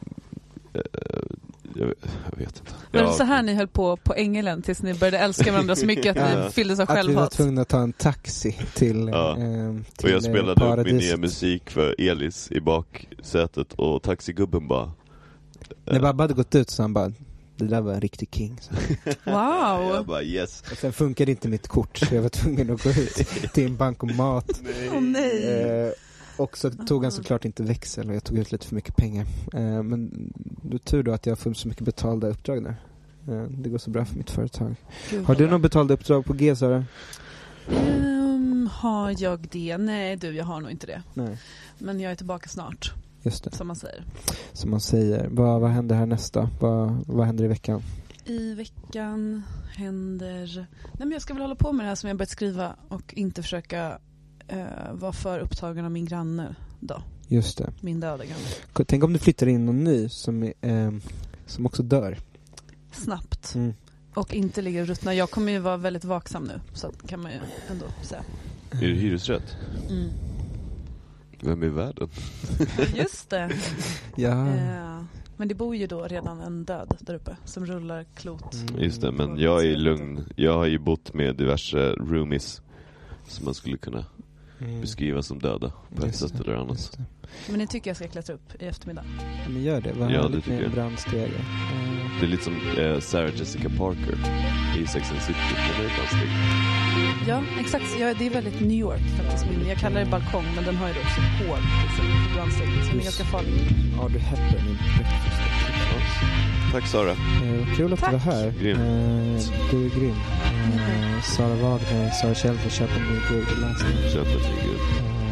eh, jag, vet, jag vet inte. Var det Ja, så här ni höll på på Ängelen tills ni började älska varandra så mycket att Ja. ni fylldes av Att vi var självhat? tvungna att ta en taxi till, Ja. ehm, till Och jag eh, spelade upp min paradiset. nya musik för Elis i baksätet och taxigubben bara När Babba hade gått ut så han bara det där var en riktig king. Så- (laughs) Wow! eh, Jag bara yes Och sen funkade inte mitt kort så jag var tvungen att gå ut till en bankomat. Åh nej! Eh, Och så tog han såklart inte växel och jag tog ut lite för mycket pengar. Eh, men det är tur då att jag har fått så mycket betalda uppdrag där. Eh, det går så bra för mitt företag. Gud, Eh, Har vad du bra. några betalda uppdrag på G Sara? Ehm, har jag det? Nej du, jag har nog inte det. Nej. Men jag är tillbaka snart, Just det, som man säger. som man säger. Vad, vad händer här nästa? Vad, vad händer i veckan? I veckan händer... Nej men jag ska väl hålla på med det här som jag börjat skriva och inte försöka eh, vara för upptagen av min granne då. Just det. Min döda granne. K- Tänk om du flyttar in någon ny som, är, ehm, som också dör. Snabbt. Mm. Och inte ligga och ruttna. Jag kommer ju vara väldigt vaksam nu. Så att kan man ju ändå säga. Är det hyresrätt? (laughs) Mm. Vem är värden? Just det. Ja. Eh, men det bor ju då redan en död där uppe som rullar klot. Mm. Just det, men jag är lugn. Jag har ju bott med diverse roomies som man skulle kunna Mm. beskriva som döda på ett Just sätt det, eller annat. just det. Men det tycker jag ska klättra upp i eftermiddag. Ja, men gör det. Vad Ja, det härligt tycker med en jag. brandstege. Eh, Det är lite som eh, Sarah Jessica Parker i Sex and the City. Den är ett avsnitt. Ja, exakt. Så jag, det är väldigt New York faktiskt. Min, jag kallar det balkong, men den har ju då också ett hål liksom, på brandstegen som är ganska farligt. Har du Hepburn i breakfast? Tack Sara. Eh, Kul att Tack. Mm, du var här. Grym. Eh, Du är grym. Eh, Sara Wagner, Sara Kjellberg, köp en ny Google-läsning. Köp ett gud. Eh,